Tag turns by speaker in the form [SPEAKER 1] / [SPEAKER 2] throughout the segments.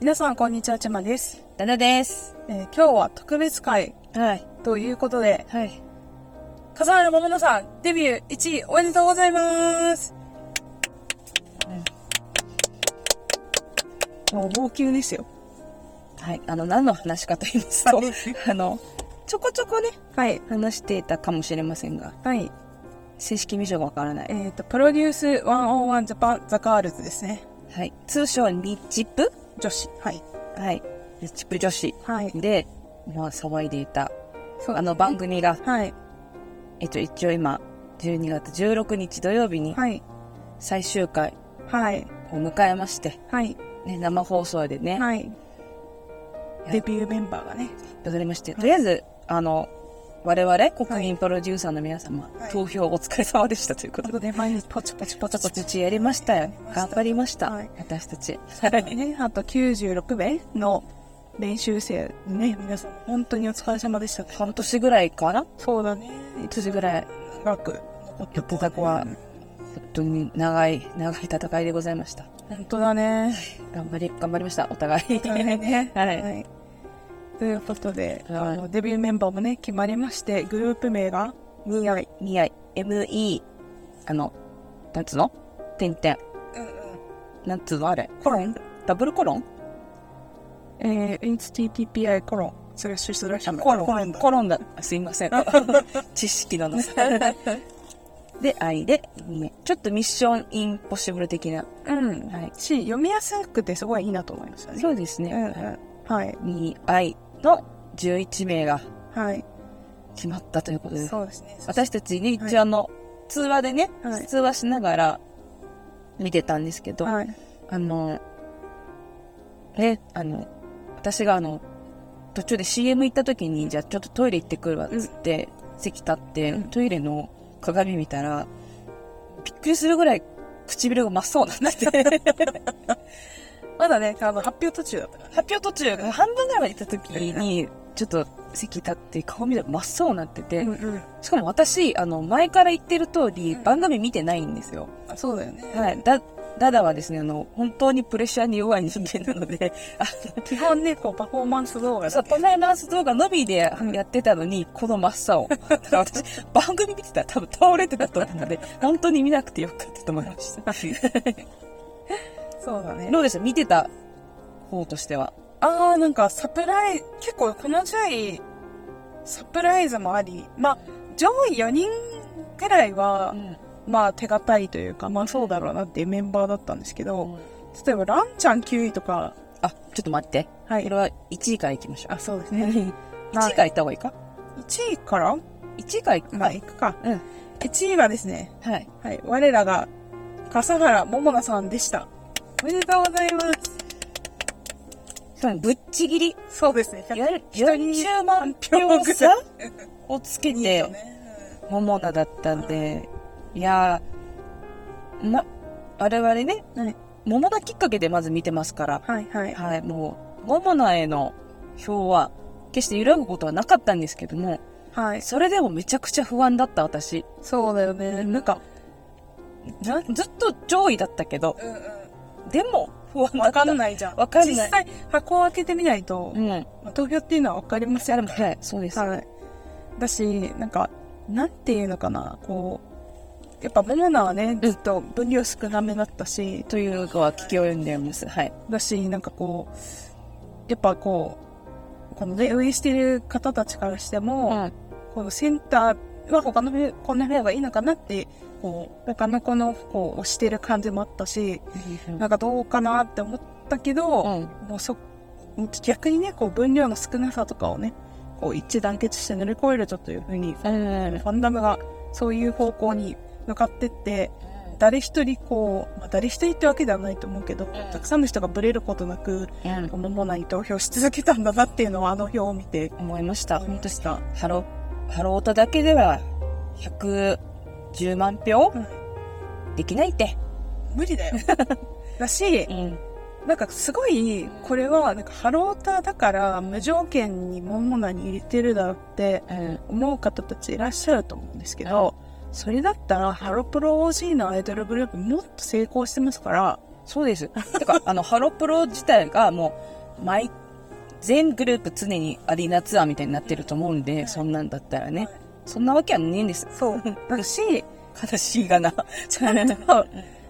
[SPEAKER 1] 皆さん、こんにちは、ちまです、
[SPEAKER 2] ダナです。
[SPEAKER 1] えー今日は特別会
[SPEAKER 2] はい。
[SPEAKER 1] ということで、
[SPEAKER 2] はい。
[SPEAKER 1] 笠原桃奈さん、デビュー1位おめでとうございます。もう、号泣ですよ。
[SPEAKER 2] はい。あの、何の話かと言います と、あの、ちょこちょこね、
[SPEAKER 1] はい。
[SPEAKER 2] 話していたかもしれませんが、
[SPEAKER 1] はい。
[SPEAKER 2] 正式名称がわからない。
[SPEAKER 1] えっ、と、プロデュース101ジャパンザガールズですね。
[SPEAKER 2] はい。通称、リッチップ
[SPEAKER 1] 女子。はい。
[SPEAKER 2] はい。リッチップ女子。
[SPEAKER 1] はい。
[SPEAKER 2] で、まあ、騒いでいた、
[SPEAKER 1] そう
[SPEAKER 2] あの番組が、
[SPEAKER 1] はい。
[SPEAKER 2] えっと、一応今、12月16日土曜日に
[SPEAKER 1] はい。
[SPEAKER 2] 最終回
[SPEAKER 1] はい。
[SPEAKER 2] を迎えまして、
[SPEAKER 1] はい。
[SPEAKER 2] ね、生放送でね、
[SPEAKER 1] はい。デビューメンバーがね。
[SPEAKER 2] 出されまして、とりあえず、あの、我々、国民プロデューサーの皆様、
[SPEAKER 1] はい
[SPEAKER 2] 投票お疲れ様でしたということで
[SPEAKER 1] あとね、毎日ポチポチポ
[SPEAKER 2] ちょ
[SPEAKER 1] チポ
[SPEAKER 2] っと
[SPEAKER 1] チ。
[SPEAKER 2] 土やりましたよ。
[SPEAKER 1] 頑
[SPEAKER 2] 頑
[SPEAKER 1] 張
[SPEAKER 2] 張りました。
[SPEAKER 1] はい
[SPEAKER 2] 私たち。
[SPEAKER 1] ね、あと96名の練習生ね、皆さん本当にお疲れ様でした。
[SPEAKER 2] 半年ぐらいかな
[SPEAKER 1] そうだね。
[SPEAKER 2] 半年ぐらい。
[SPEAKER 1] 長く
[SPEAKER 2] やってた子は、本当に長い、長い戦いでございました。
[SPEAKER 1] 本当だね。
[SPEAKER 2] 頑張り、頑張りました。お互 い。。
[SPEAKER 1] 大変ね
[SPEAKER 2] はい
[SPEAKER 1] い。ということで、
[SPEAKER 2] はい
[SPEAKER 1] あのデビューメンバーもね、決まりまして、グループ名が、
[SPEAKER 2] 似合い。似合い。ME。あの、なんつうの点々。なんつうのあれ。
[SPEAKER 1] コロン、
[SPEAKER 2] ダブルコロン
[SPEAKER 1] えー、HTTPI コロン、スラッシュスラッシュ
[SPEAKER 2] コロンだ。コロンだ。すいません。知識のなさ。で、愛で、ねちょっとミッションインポッシブル的な。
[SPEAKER 1] うん。
[SPEAKER 2] はい
[SPEAKER 1] し、読みやすくてすごいいいなと思いましたね。
[SPEAKER 2] そうです
[SPEAKER 1] うんう
[SPEAKER 2] ね。
[SPEAKER 1] ん。はい。
[SPEAKER 2] に愛の11名が
[SPEAKER 1] はい。
[SPEAKER 2] 決まったということで
[SPEAKER 1] そうですね。
[SPEAKER 2] 私たちね、
[SPEAKER 1] はい
[SPEAKER 2] 一応あの、通話でね、
[SPEAKER 1] はい
[SPEAKER 2] 通話しながら見てたんですけど、
[SPEAKER 1] はい。
[SPEAKER 2] あの、え、あの、私があの、途中で CM 行った時に、じゃあちょっとトイレ行ってくるわっつって、席立って、トイレの鏡見たら、びっくりするぐらい唇が真っ青になってて、
[SPEAKER 1] まだね、あの、 発表途中だったから。
[SPEAKER 2] 発表途中、半分ぐらいまで行った時に、ちょっと席立って顔見たら真っ青になってて、
[SPEAKER 1] うん。
[SPEAKER 2] しかも私、あの、前から言ってる通り、番組見てないんですよ。
[SPEAKER 1] あそうだよね。
[SPEAKER 2] はい。だ、ダダはですね、あの、本当にプレッシャーに弱い人間なの で、あ
[SPEAKER 1] 基本ね、こう、パフォーマンス動画
[SPEAKER 2] の、そう、パフォーマンス動画のみでやってたのに、この真っ青。だから私、番組見てたら多分倒れてたと思うので、本当に見なくてよかったと思いました。
[SPEAKER 1] そうだね。
[SPEAKER 2] どうでした見てた方としては。
[SPEAKER 1] ああ、なんかサプライ、結構この試合、サプライズもあり、まあ、上位4人ぐらいは、まあ手堅いというか、まあそうだろうなっていうメンバーだったんですけど、例えばランちゃん9位とか、
[SPEAKER 2] あ、ちょっと待って。
[SPEAKER 1] は
[SPEAKER 2] こ
[SPEAKER 1] い
[SPEAKER 2] れ。は1位から行きましょう。
[SPEAKER 1] あ、そうです
[SPEAKER 2] 1
[SPEAKER 1] ね。
[SPEAKER 2] 位から行った方がいいか
[SPEAKER 1] 1位から、
[SPEAKER 2] ?1 位から行く
[SPEAKER 1] まあ、いくか。
[SPEAKER 2] うん。
[SPEAKER 1] 1位はですね、
[SPEAKER 2] はい。
[SPEAKER 1] はい、我らが、笠原桃奈さんでした。おめでとうございます。
[SPEAKER 2] そうぶっちぎり。
[SPEAKER 1] そうですね。
[SPEAKER 2] いわゆる
[SPEAKER 1] 人に
[SPEAKER 2] 40万票差をつけて、桃菜だったんで、いやー、ま、我々ね、
[SPEAKER 1] はい、
[SPEAKER 2] 桃菜きっかけでまず見てますから、
[SPEAKER 1] はい、はい。
[SPEAKER 2] はい、もう、桃菜への票は、決して揺らぐことはなかったんですけども、
[SPEAKER 1] はい。
[SPEAKER 2] それでもめちゃくちゃ不安だった私。
[SPEAKER 1] そうだよね。なんか、
[SPEAKER 2] なずっと上位だったけど、
[SPEAKER 1] うんうん。
[SPEAKER 2] でも不安だ
[SPEAKER 1] わ
[SPEAKER 2] った。
[SPEAKER 1] かんないじゃん。
[SPEAKER 2] わかんない
[SPEAKER 1] 実際、箱を開けてみないと
[SPEAKER 2] う、ん。い
[SPEAKER 1] まあ投票っていうのはわかりませ
[SPEAKER 2] や
[SPEAKER 1] ん。
[SPEAKER 2] でも、はい、そうです。
[SPEAKER 1] はい。だし、なんか、なんていうのかな、こう、やっぱモモナはね、ずっと分量少なめだったし、
[SPEAKER 2] というのは聞き及んでおります。はい。
[SPEAKER 1] だし、なんかこう、やっぱこう、このね、運営してる方たちからしても、
[SPEAKER 2] うん
[SPEAKER 1] このセンターは他の部、こんな部屋がいいのかなって、こう、他の子の、こう、推してる感じもあったし、なんかどうかなって思ったけど、
[SPEAKER 2] うん。
[SPEAKER 1] もうそ逆にねこう分量の少なさとかをねこう一致団結して乗り越えるとというふうにフ
[SPEAKER 2] うん。
[SPEAKER 1] ァンダムがそういう方向に向かってって誰一人こう、まあ、誰一人ってわけではないと思うけど、たくさんの人がブレることなく
[SPEAKER 2] うん
[SPEAKER 1] モモナに投票し続けたんだなっていうのはあの表を見て
[SPEAKER 2] 思いました。
[SPEAKER 1] 思い
[SPEAKER 2] 本
[SPEAKER 1] ま
[SPEAKER 2] 当し
[SPEAKER 1] した
[SPEAKER 2] た。ハロ、ハロータだけでは、110万票
[SPEAKER 1] うん
[SPEAKER 2] できないって。
[SPEAKER 1] 無理だ よだし
[SPEAKER 2] うん。
[SPEAKER 1] なんかすごいこれはなんかハローターだから無条件にモモナに入れてるだろうって
[SPEAKER 2] うん。
[SPEAKER 1] 思う方たちいらっしゃると思うんですけど、それだったらハロプロ OG のアイドルグループもっと成功してますから、
[SPEAKER 2] そうです。てか、 あの、ハロプロ自体がもう、毎、全グループ常にアリーナツアーみたいになってると思うんで、そんなんだったらね。そんなわけはねえんです。
[SPEAKER 1] そう。だし、
[SPEAKER 2] 悲しいが な。
[SPEAKER 1] ちゃんと、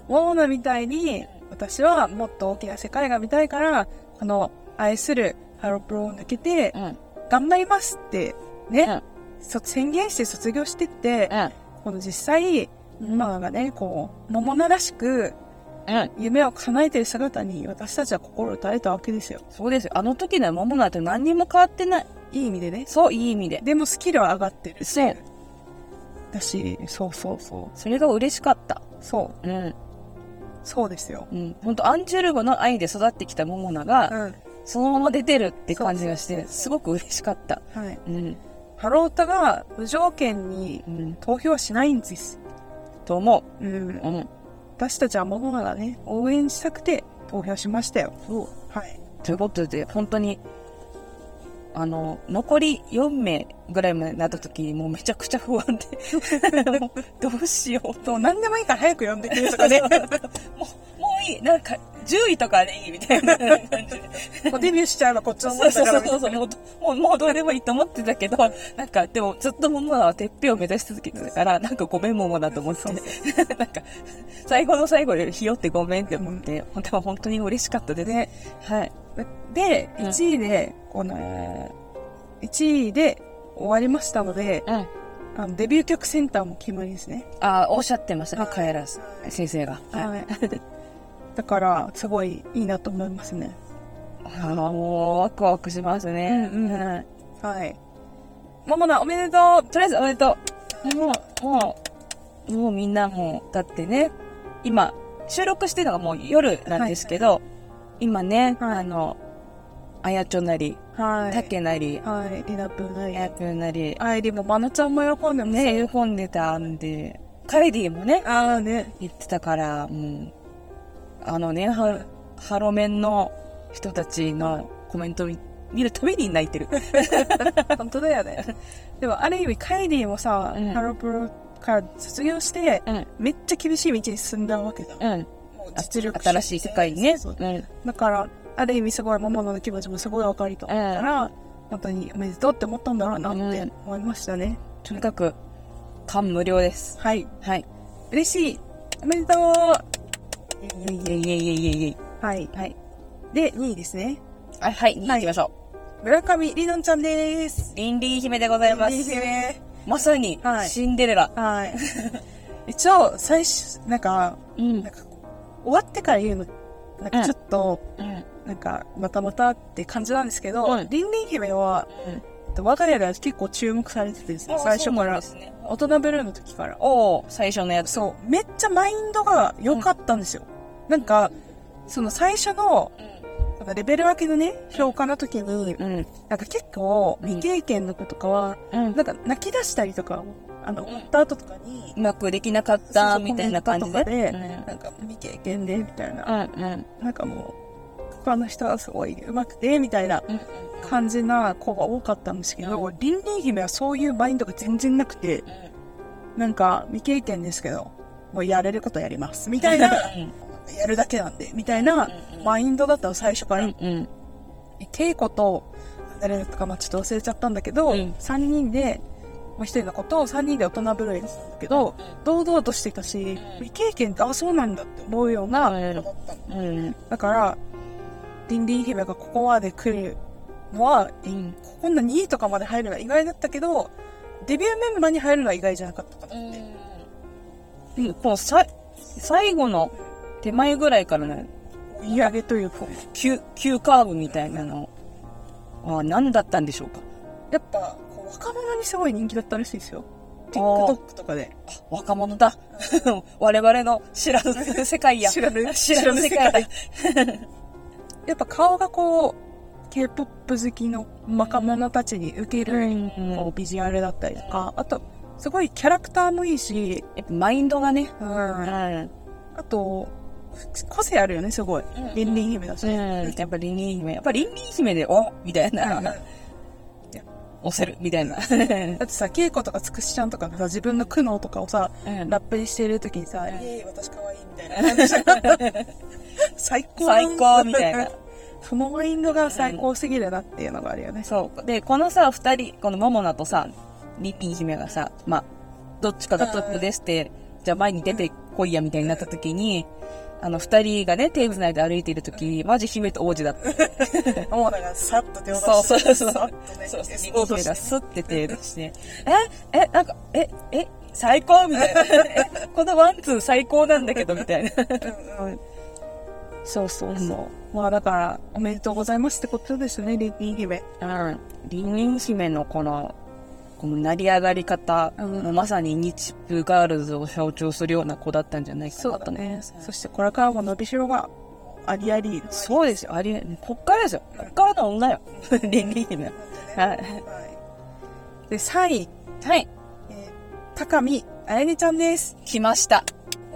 [SPEAKER 1] モーナみたいに、私はもっと大きな世界が見たいから、この愛するハロプロを抜けて
[SPEAKER 2] う、ん。うん。
[SPEAKER 1] 頑張りますって、ね、
[SPEAKER 2] うん
[SPEAKER 1] そ宣言して卒業してって、この実際、ママがね、こう、桃ならしく、
[SPEAKER 2] うん。
[SPEAKER 1] 夢を叶えてる姿に私たちは心打たれたわけですよ。
[SPEAKER 2] そうですよ。あの時のモモなんて何にも変わってない。
[SPEAKER 1] いい意味でね。
[SPEAKER 2] そう、いい意味で。
[SPEAKER 1] でもスキルは上がってる。
[SPEAKER 2] そう。
[SPEAKER 1] だし、そうそうそう。
[SPEAKER 2] それが嬉しかった。
[SPEAKER 1] そう。
[SPEAKER 2] うん。
[SPEAKER 1] そうですよ。
[SPEAKER 2] うん。ほんと、アンジュルムの愛で育ってきたモモナが、
[SPEAKER 1] うん。
[SPEAKER 2] そのまま出てるって感じがして、すごく嬉しかった。
[SPEAKER 1] はい。
[SPEAKER 2] うん。
[SPEAKER 1] ハロータが無条件に
[SPEAKER 2] うん。
[SPEAKER 1] 投票はしないんです。
[SPEAKER 2] と思
[SPEAKER 1] うん
[SPEAKER 2] う。。うん。
[SPEAKER 1] 私たちはモモナがね、応援したくて投票しましたよ。
[SPEAKER 2] そう。
[SPEAKER 1] はい。
[SPEAKER 2] ということで、本当に、あの、残り4名ぐらいまでなった時に、もうめちゃくちゃ不安 で、もうどうしようと。
[SPEAKER 1] そう、何でもいいから早く呼んでくれと
[SPEAKER 2] と
[SPEAKER 1] か
[SPEAKER 2] か
[SPEAKER 1] ね
[SPEAKER 2] ね。。もう、もういい。なんか、10位とかでいいみたいな感じで。
[SPEAKER 1] もうデビューしちゃえばこっちのも
[SPEAKER 2] そ
[SPEAKER 1] ん
[SPEAKER 2] うそ
[SPEAKER 1] だ
[SPEAKER 2] う
[SPEAKER 1] から
[SPEAKER 2] そうそうもうどもう、もうどうでもいいと思ってたけど、なんか、でもずっとモモナはてっぺんを目指し続けてたから、なんかごめんモモナと思って、なんか、最後の最後でひよってごめんって思って、でも本当に嬉しかったです。
[SPEAKER 1] ね
[SPEAKER 2] はい。
[SPEAKER 1] で、
[SPEAKER 2] うん
[SPEAKER 1] 1位で、この、1位で終わりましたので、
[SPEAKER 2] うん。
[SPEAKER 1] あのデビュー曲センターも決まりですね。
[SPEAKER 2] ああ、おっしゃってました。カエラス先生が。はい。
[SPEAKER 1] はい。だから、すごいいいなと思いますね。
[SPEAKER 2] ああ、もうワクワクしますね。
[SPEAKER 1] うんうん
[SPEAKER 2] はい
[SPEAKER 1] はい。モモナおめでとう
[SPEAKER 2] とりあえずおめでとう。もう、もう、もうみんなもう、だってね、今、収録してるのがもう夜なんですけど、今ね、
[SPEAKER 1] はい
[SPEAKER 2] あの、あやちょなり、
[SPEAKER 1] は
[SPEAKER 2] たけなり、
[SPEAKER 1] はい、リナプー
[SPEAKER 2] あや
[SPEAKER 1] ね。
[SPEAKER 2] ぷなり、
[SPEAKER 1] アイリも、まなちゃんも喜んでます。
[SPEAKER 2] ね、喜んでたんで、カレディもね、
[SPEAKER 1] ああね。
[SPEAKER 2] 言ってたから、うん。あのね、ハハロメンの人たちのコメント見見るたびに泣いてる。
[SPEAKER 1] 本当だよね。でも、ある意味、カイリーもさ、
[SPEAKER 2] うん
[SPEAKER 1] ハロプロから卒業して、
[SPEAKER 2] うん。
[SPEAKER 1] めっちゃ厳しい道に進んだわけだ。
[SPEAKER 2] うん。
[SPEAKER 1] もう実力者
[SPEAKER 2] 新しい世界にね。
[SPEAKER 1] そう
[SPEAKER 2] うん。
[SPEAKER 1] だから、ある意味すごいママの気持ちもすごいわかると思ったら、本当におめでとうって思ったんだろうなって思いましたね。
[SPEAKER 2] とにかく、感無量です。
[SPEAKER 1] はい。
[SPEAKER 2] はい。
[SPEAKER 1] 嬉しいおめでとう
[SPEAKER 2] いえいえいえいえいえい
[SPEAKER 1] はい。
[SPEAKER 2] え。はい。
[SPEAKER 1] で、2位ですね。
[SPEAKER 2] あはい、行きましょ
[SPEAKER 1] 村上りのんちゃんです。
[SPEAKER 2] う。リンリン姫でございます。
[SPEAKER 1] いいね
[SPEAKER 2] まさに
[SPEAKER 1] は、い
[SPEAKER 2] シンデレラ。
[SPEAKER 1] はい。 一応、最初、なんか、
[SPEAKER 2] うん
[SPEAKER 1] なんかこう終わってから言うの、なんかちょっと、
[SPEAKER 2] うん。
[SPEAKER 1] なんか、またまたって感じなんですけど、
[SPEAKER 2] うん
[SPEAKER 1] りんりん姫は、
[SPEAKER 2] うん
[SPEAKER 1] 我が家では結構注目されててですね、最初から
[SPEAKER 2] で。すね。
[SPEAKER 1] 大人ブルーの時から。
[SPEAKER 2] おお最初のやつ。
[SPEAKER 1] そう、めっちゃマインドが良かったんですよ。なんか、その最初の、なんかレベル分けのね、評価の時に、
[SPEAKER 2] うん。うん。
[SPEAKER 1] なんか結構
[SPEAKER 2] うん
[SPEAKER 1] 未経験の子とかは、
[SPEAKER 2] うん
[SPEAKER 1] なんか泣き出したりとか、あの、終わった後とかに
[SPEAKER 2] う、まくできなかった、みたいな感じ
[SPEAKER 1] そうそうコメン
[SPEAKER 2] で。
[SPEAKER 1] トとかでなんか未経験で、みたいな、
[SPEAKER 2] うん。うん。
[SPEAKER 1] なんかもう、他の人はすごい上手くて、みたいな
[SPEAKER 2] うん。
[SPEAKER 1] 感じな子が多かったんですけど、リンリン姫はそういうマインドが全然なくて、なんか未経験ですけど、もうやれることやります、みたいな。やるだけなんで、みたいなマインドだったの、最初から。
[SPEAKER 2] うん。うん。
[SPEAKER 1] 稽古と、誰だったか、まあちょっと忘れちゃったんだけど、
[SPEAKER 2] うん
[SPEAKER 1] 3人で、まあ、1人のことを3人で大人ぶる演だったんだけど、堂々としていたし、未経験って、あ、そうなんだって思うような、
[SPEAKER 2] うん。
[SPEAKER 1] だから、リンリン姫がここまで来るのは、
[SPEAKER 2] うん。
[SPEAKER 1] こんな2位とかまで入るのは意外だったけど、デビューメンバーに入るのは意外じゃなかったかなって。
[SPEAKER 2] うん。こう、さ、最後の手前ぐらいからね、
[SPEAKER 1] 追い上げというか、
[SPEAKER 2] 急、急カーブみたいなのは何だったんでしょうか
[SPEAKER 1] やっぱ、こう若者にすごい人気だったらしいですよ。
[SPEAKER 2] あー
[SPEAKER 1] TikTok とかで。
[SPEAKER 2] 若者 だ。我々の知らぬ世界や。
[SPEAKER 1] 知らぬ
[SPEAKER 2] 知らぬ世界だ。
[SPEAKER 1] やっぱ顔がこう、K-POP 好きの若者たちに受ける、こうビジュアルだったりとか、あと、すごいキャラクターもいいし、
[SPEAKER 2] やっぱマインドがね。う
[SPEAKER 1] あ
[SPEAKER 2] ん。
[SPEAKER 1] と、個性あるよね、すごい。リンリン姫だし。
[SPEAKER 2] うん。やっぱりリンリン姫。やっぱりリンリン姫で、おみたいな。押せる。みたいな。
[SPEAKER 1] だってさ、稽古とかつくしちゃんとかがさ、自分の苦悩とかをさ、
[SPEAKER 2] うん
[SPEAKER 1] ラップにしてるときにさ、
[SPEAKER 2] ん
[SPEAKER 1] イエーイ、私可愛いみたいな。最高
[SPEAKER 2] 最高みたいな。
[SPEAKER 1] そのマインドが最高すぎるなっていうのがあるよね。
[SPEAKER 2] そう。で、このさ、二人、このモモナとさ、リピン姫がさ、まあ、どっちかがトップですって、じゃあ前に出てこいやみたいになった時に、あの、二人がね、テーブス内で歩いている時、マジ姫と王子だった。
[SPEAKER 1] もうだから、さっと手を出
[SPEAKER 2] そうそうそう。そ
[SPEAKER 1] さっ
[SPEAKER 2] う
[SPEAKER 1] とね、
[SPEAKER 2] そう。
[SPEAKER 1] スポー
[SPEAKER 2] リピン
[SPEAKER 1] ト
[SPEAKER 2] 姫
[SPEAKER 1] し
[SPEAKER 2] が
[SPEAKER 1] て
[SPEAKER 2] スッて手出して、え、え、なんか、え、え、最高みたいな。 えこのワンツー最高なんだけど、みたいな。
[SPEAKER 1] うんうん
[SPEAKER 2] そうそうそ
[SPEAKER 1] まあだから、おめでとうございますってことですね、リピン姫。
[SPEAKER 2] う。うん。リンリン姫のこの、この成り上がり方、
[SPEAKER 1] うん
[SPEAKER 2] もうまさに日プガールズを象徴するような子だったんじゃないかなと。
[SPEAKER 1] そして、これからも伸びしろがありあり。
[SPEAKER 2] そうですよ。ありえ、こっからですよ。こっからの女よ。リンリン姫は。はい。
[SPEAKER 1] はい。で、3位、
[SPEAKER 2] はい。
[SPEAKER 1] えー高見あやねちゃんです。
[SPEAKER 2] 来ました。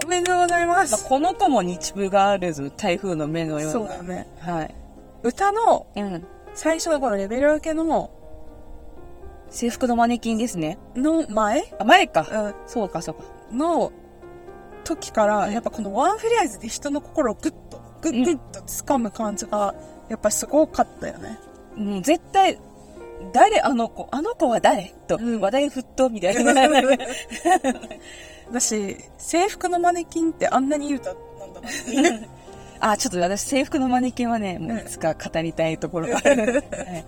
[SPEAKER 1] おめでとうございま
[SPEAKER 2] まあ
[SPEAKER 1] す。
[SPEAKER 2] この子も日プガールズ、台風の目のような。
[SPEAKER 1] そうだね。
[SPEAKER 2] はい。
[SPEAKER 1] 歌の
[SPEAKER 2] うん。
[SPEAKER 1] 最初のこのレベル分けの、
[SPEAKER 2] 制服のマネキンですね。
[SPEAKER 1] の前、
[SPEAKER 2] あ、前か。
[SPEAKER 1] うん
[SPEAKER 2] そうか、そうか。
[SPEAKER 1] の時から、やっぱこのワンフレーズで人の心をグッと、グッグッと掴む感じが、やっぱすごかったよね。
[SPEAKER 2] もう絶対、誰あの子あの子は誰と、
[SPEAKER 1] うん
[SPEAKER 2] 話題沸騰みたいな。
[SPEAKER 1] だし、制服のマネキンってあんなにいい歌なんだなっていう
[SPEAKER 2] あ、ちょっと私、制服のマネキンはね、もういつか語りたいところがある。はい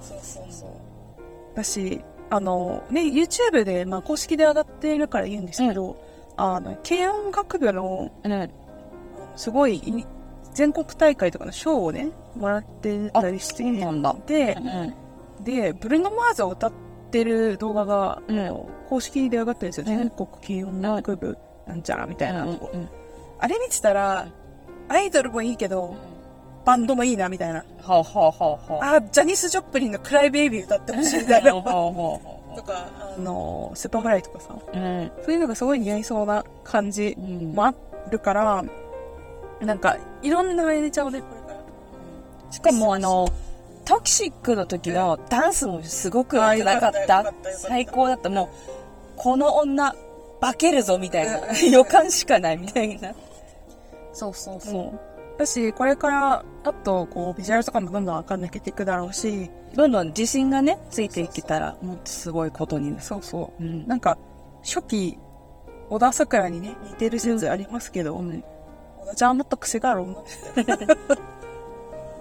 [SPEAKER 1] そうそうそう。だし、あの、ね、YouTube で、まあ、公式で上がっているから言うんですけど、あの、軽音楽部の、
[SPEAKER 2] うん
[SPEAKER 1] すごいい、全国大会とかの賞をね、もらってたりして、
[SPEAKER 2] なんだ。
[SPEAKER 1] で
[SPEAKER 2] う、ん。
[SPEAKER 1] で、ブルーノ・マーズを歌ってる動画が、
[SPEAKER 2] うん
[SPEAKER 1] あの公式で上がってるんですよ。
[SPEAKER 2] うん
[SPEAKER 1] 全国軽音楽部、なんちゃらみたいな。
[SPEAKER 2] うん
[SPEAKER 1] あれ見てたら、アイドルもいいけど、バンドもいいな、みたいな。
[SPEAKER 2] はあ、はあはあはあ。
[SPEAKER 1] あ、ジャニス・ジョプリンのクライベイビー歌ってほしいみたい な。
[SPEAKER 2] はあはあは
[SPEAKER 1] とか、あの、スーパーフライとかさ、
[SPEAKER 2] あ。うん。
[SPEAKER 1] そういうのがすごい似合いそうな感じ
[SPEAKER 2] うん
[SPEAKER 1] もあるから、なんか、いろんなエネちゃんをね、これから。
[SPEAKER 2] しかもあの、トキシックの時のダンスもすごく
[SPEAKER 1] あー
[SPEAKER 2] 良くなかっ
[SPEAKER 1] よかったよか
[SPEAKER 2] た
[SPEAKER 1] ったよ。かった
[SPEAKER 2] 最高だった。もう、この女、化けるぞみたいな。予感しかないみたいな。
[SPEAKER 1] そうそうそう。
[SPEAKER 2] も
[SPEAKER 1] だし、これから、あと、こう、ビジュアルとかもどんどん分かんなけていくだろうし、
[SPEAKER 2] う、どんどん自信がね、ついていけたら、もっとすごいことになる。
[SPEAKER 1] そうそうう。
[SPEAKER 2] ん。
[SPEAKER 1] なんか、初期、小田桜にね、似てる説ありますけど、小田ちゃんはもっと癖がある 女。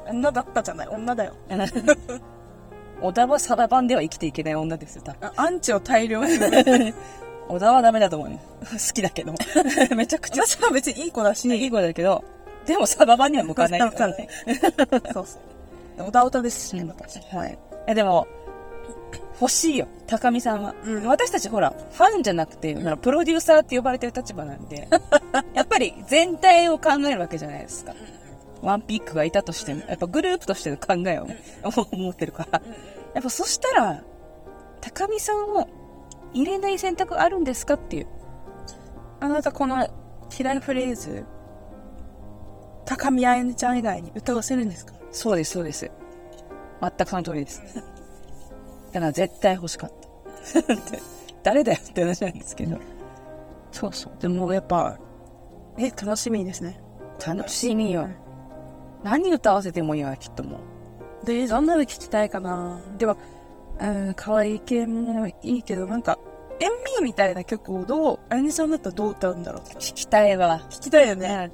[SPEAKER 1] 女だったじゃない、女だよ。
[SPEAKER 2] 小田はサラバンでは生きていけない女ですよ、多分
[SPEAKER 1] あアンチを大量に。
[SPEAKER 2] 小田はダメだと思います。 好きだけど。めちゃくちゃ。
[SPEAKER 1] 私は別にいい子だし、
[SPEAKER 2] いい子だけど、でもサラバンには向かない。
[SPEAKER 1] 向 かない。そうそう。小田小田ですし、ね、私。
[SPEAKER 2] はい。え、でも、欲しいよ、高見さんは。
[SPEAKER 1] うん
[SPEAKER 2] 私たちほら、ファンじゃなくて、ほらプロデューサーって呼ばれてる立場なんで、 やっぱり全体を考えるわけじゃないですか。ワンピックがいたとしても、やっぱグループとしての考えをね思ってるから。やっぱそしたら、高見さんを入れない選択あるんですかっていう。
[SPEAKER 1] あなたこの嫌いなフレーズ、高見あやねちゃん以外に歌わせるんですか
[SPEAKER 2] そうです、そうです。全くその通りです。だから絶対欲しかった。 って誰だよって話なんですけど。
[SPEAKER 1] そうそう。でもやっぱ、え、楽しみですね。
[SPEAKER 2] 楽しみよ。何歌わせてもいいわ、きっともう。
[SPEAKER 1] で、どんなの聞きたいかなでは、うん、可愛い系もいいけど、なんか、エンミーみたいな曲をどう、あやねちゃんだったらどう歌うんだろう
[SPEAKER 2] 聞きたいわ。
[SPEAKER 1] 聞きたいよ。
[SPEAKER 2] ね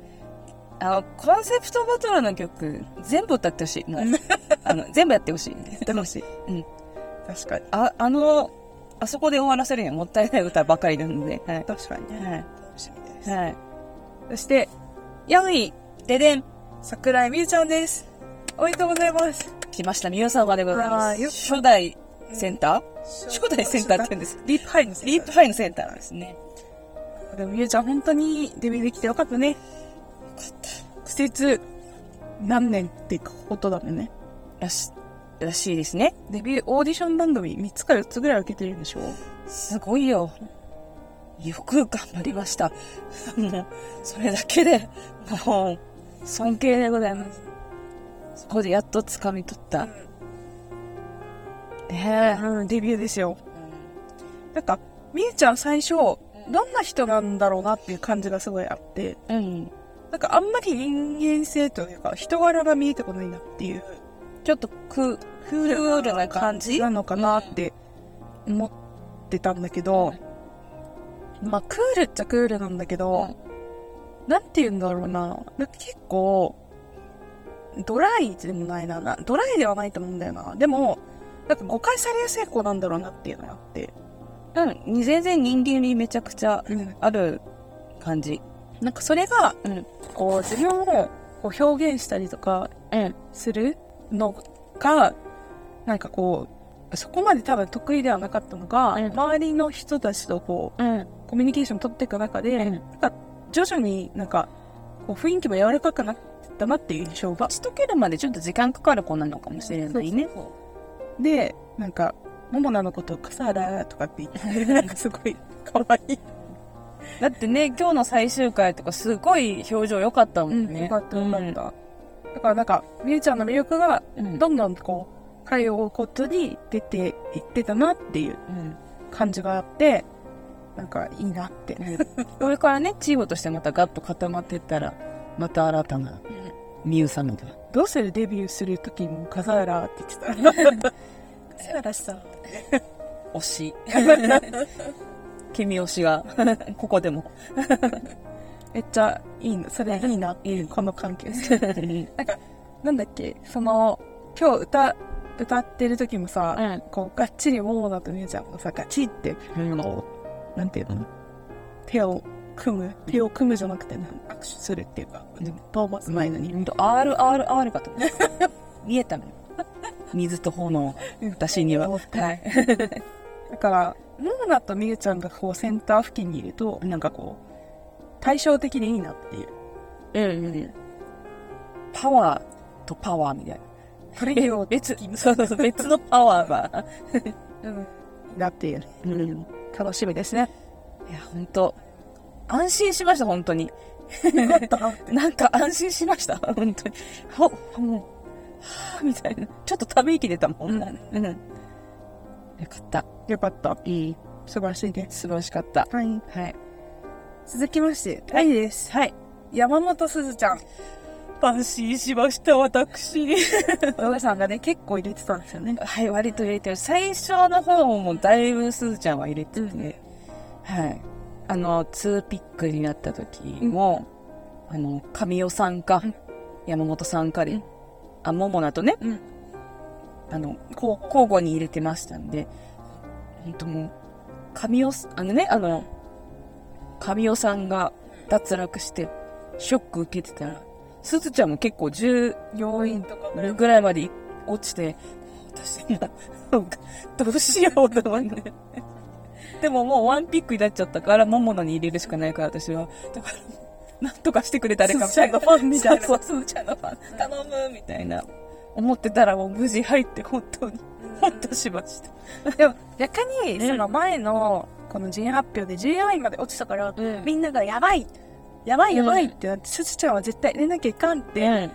[SPEAKER 2] あの、コンセプトバトルの曲、全部歌ってほし い。もうあの、全部やってほしい。
[SPEAKER 1] 楽しい。
[SPEAKER 2] うん。
[SPEAKER 1] 確かに。
[SPEAKER 2] あ、あの、あそこで終わらせるにはもったいない歌ばかりなので。はい。
[SPEAKER 1] 確かにね。
[SPEAKER 2] はい。
[SPEAKER 1] 楽しみで
[SPEAKER 2] はい。
[SPEAKER 1] そして、4位、
[SPEAKER 2] ででん。
[SPEAKER 1] 桜井美優ちゃんです。おめでとうございます。
[SPEAKER 2] 来ました、みゆさんまでございま
[SPEAKER 1] あーよ
[SPEAKER 2] す。初代センター初代センターって言うんです。
[SPEAKER 1] リープハイのセンター
[SPEAKER 2] リープハイのセンターなんですね。
[SPEAKER 1] でも、ゆうちゃん、本当にデビューできてよかったね。よかった。苦節、何年っていうことだもんね。
[SPEAKER 2] らし、らしいですね。
[SPEAKER 1] デビューオーディション番組3つから4つぐらい受けてるんでしょ
[SPEAKER 2] すごいよ。よく頑張りました。 もう、それだけで、もう、尊敬でございます。そこでやっと掴み取った。ね
[SPEAKER 1] うん、デビューですよ。
[SPEAKER 2] え。
[SPEAKER 1] なんか、みゆちゃん最初、どんな人なんだろうなっていう感じがすごいあって、
[SPEAKER 2] うん。
[SPEAKER 1] なんかあんまり人間性というか人柄が見えてこないなっていう
[SPEAKER 2] ちょっとククールな感じ
[SPEAKER 1] なのかなって思ってたんだけど、まあクールっちゃクールなんだけど、なんて言うんだろうな。なんか結構、ドライでもないなな。ドライではないと思うんだよな。でも、なんか誤解されやすい子なんだろうなっていうのがあって。
[SPEAKER 2] うん、全然人間にめちゃくちゃある感じ。
[SPEAKER 1] なんかそれが、
[SPEAKER 2] うん。
[SPEAKER 1] こう自分をこう表現したりとか
[SPEAKER 2] うん。
[SPEAKER 1] するのが、なんかこう、そこまで多分得意ではなかったのが、
[SPEAKER 2] うん
[SPEAKER 1] 周りの人たちとこ
[SPEAKER 2] うん。
[SPEAKER 1] う、コミュニケーション取っていく中で、
[SPEAKER 2] うん
[SPEAKER 1] なんか徐々になんか、こう雰囲気も柔らかくなってったなっていう印象が
[SPEAKER 2] 打。ち解けるまでちょっと時間かかる子なのかもしれないね。
[SPEAKER 1] で、なんか、モモナのこと、カサラとかって言って、なんかすごい可愛い。
[SPEAKER 2] だってね、今日の最終回とかすごい表情良かったもんね。
[SPEAKER 1] よかった、よかった。だからなんか、みゆちゃんの魅力が、
[SPEAKER 2] うん。
[SPEAKER 1] どんどんこう、会を追うことに出ていってたなっていう
[SPEAKER 2] うん。
[SPEAKER 1] 感じがあって、なんかいいなって。
[SPEAKER 2] これからね、チームとしてまたガッと固まってったら、また新たな、ミュウさんが。
[SPEAKER 1] どうするデビューするときもカサラって言ってた。カサラさん。
[SPEAKER 2] 推し。 君推しが、ここでも。
[SPEAKER 1] めっちゃいいの。それいいなっていう、この関係性。
[SPEAKER 2] うん。
[SPEAKER 1] なんか、なんだっけ、その、今日歌、歌ってる時もさ、
[SPEAKER 2] うん
[SPEAKER 1] こう、がっちりモモナと姉ちゃんがさ、ガチって、こう、なんていうの手を組む、手を組むじゃなくて、なん握手するっていうか、パフォーマンス前のに。
[SPEAKER 2] RRR かと思った。見えたのよ。水と炎、私には。はい。
[SPEAKER 1] だから、モモナとみゆちゃんがこう、センター付近にいると、なんかこう、対照的でいいなっていう。
[SPEAKER 2] うんうん。パワーとパワーみたいな。
[SPEAKER 1] これ よ、
[SPEAKER 2] 別、そうそうそう別のパワーが。
[SPEAKER 1] うん、だっていう、
[SPEAKER 2] うん。い
[SPEAKER 1] 楽しみですね。
[SPEAKER 2] や、ほんと。安心しました、本当に。
[SPEAKER 1] は
[SPEAKER 2] なんか安心しました、 本当に。ほ、もう、はぁ、みたいな。ちょっとため息出たもん。
[SPEAKER 1] うん
[SPEAKER 2] うん。よかった。
[SPEAKER 1] よかった。
[SPEAKER 2] いい。
[SPEAKER 1] 素晴らしいです。
[SPEAKER 2] 素晴らしかった。
[SPEAKER 1] はい。
[SPEAKER 2] はい。
[SPEAKER 1] 続きまして、タイです。
[SPEAKER 2] はい。
[SPEAKER 1] 山本すずち ゃん。
[SPEAKER 2] 安心しました、私。
[SPEAKER 1] お父さんがね、結構入れてたんですよね。
[SPEAKER 2] はい、割と入れてる。最初の方もだいぶすずちゃんは入れてて、
[SPEAKER 1] うん
[SPEAKER 2] はい。あの、ツーピックになった時も、あの、神尾さんか、
[SPEAKER 1] うん
[SPEAKER 2] 山本さんかで、
[SPEAKER 1] うん
[SPEAKER 2] あ、ももなとね、
[SPEAKER 1] うん
[SPEAKER 2] あの、こう交互に入れてましたんで、ほんともう、神尾す、あのね、あの、神尾さんが脱落して、ショック受けてたら、すずちゃんも結構10、
[SPEAKER 1] 要因とか
[SPEAKER 2] ぐらいまで落ちて、私今、どうしようと思って。でももうワンピックになっちゃったから、モモナに入れるしかないから、私は。だから、なんとかしてくれ誰かみたい
[SPEAKER 1] すずちゃんの
[SPEAKER 2] な。
[SPEAKER 1] ファンみたいな
[SPEAKER 2] そうそう、すずちゃんのファン。頼むみたいな。思ってたらもう無事入って、本当に、ほっとしました。
[SPEAKER 1] でも逆に、その前の、この人発表で14位まで落ちたから、
[SPEAKER 2] うん
[SPEAKER 1] みんながやばいやばいやばい
[SPEAKER 2] うん
[SPEAKER 1] ってなって、すずちゃんは絶対入れなきゃいかんって、
[SPEAKER 2] うん。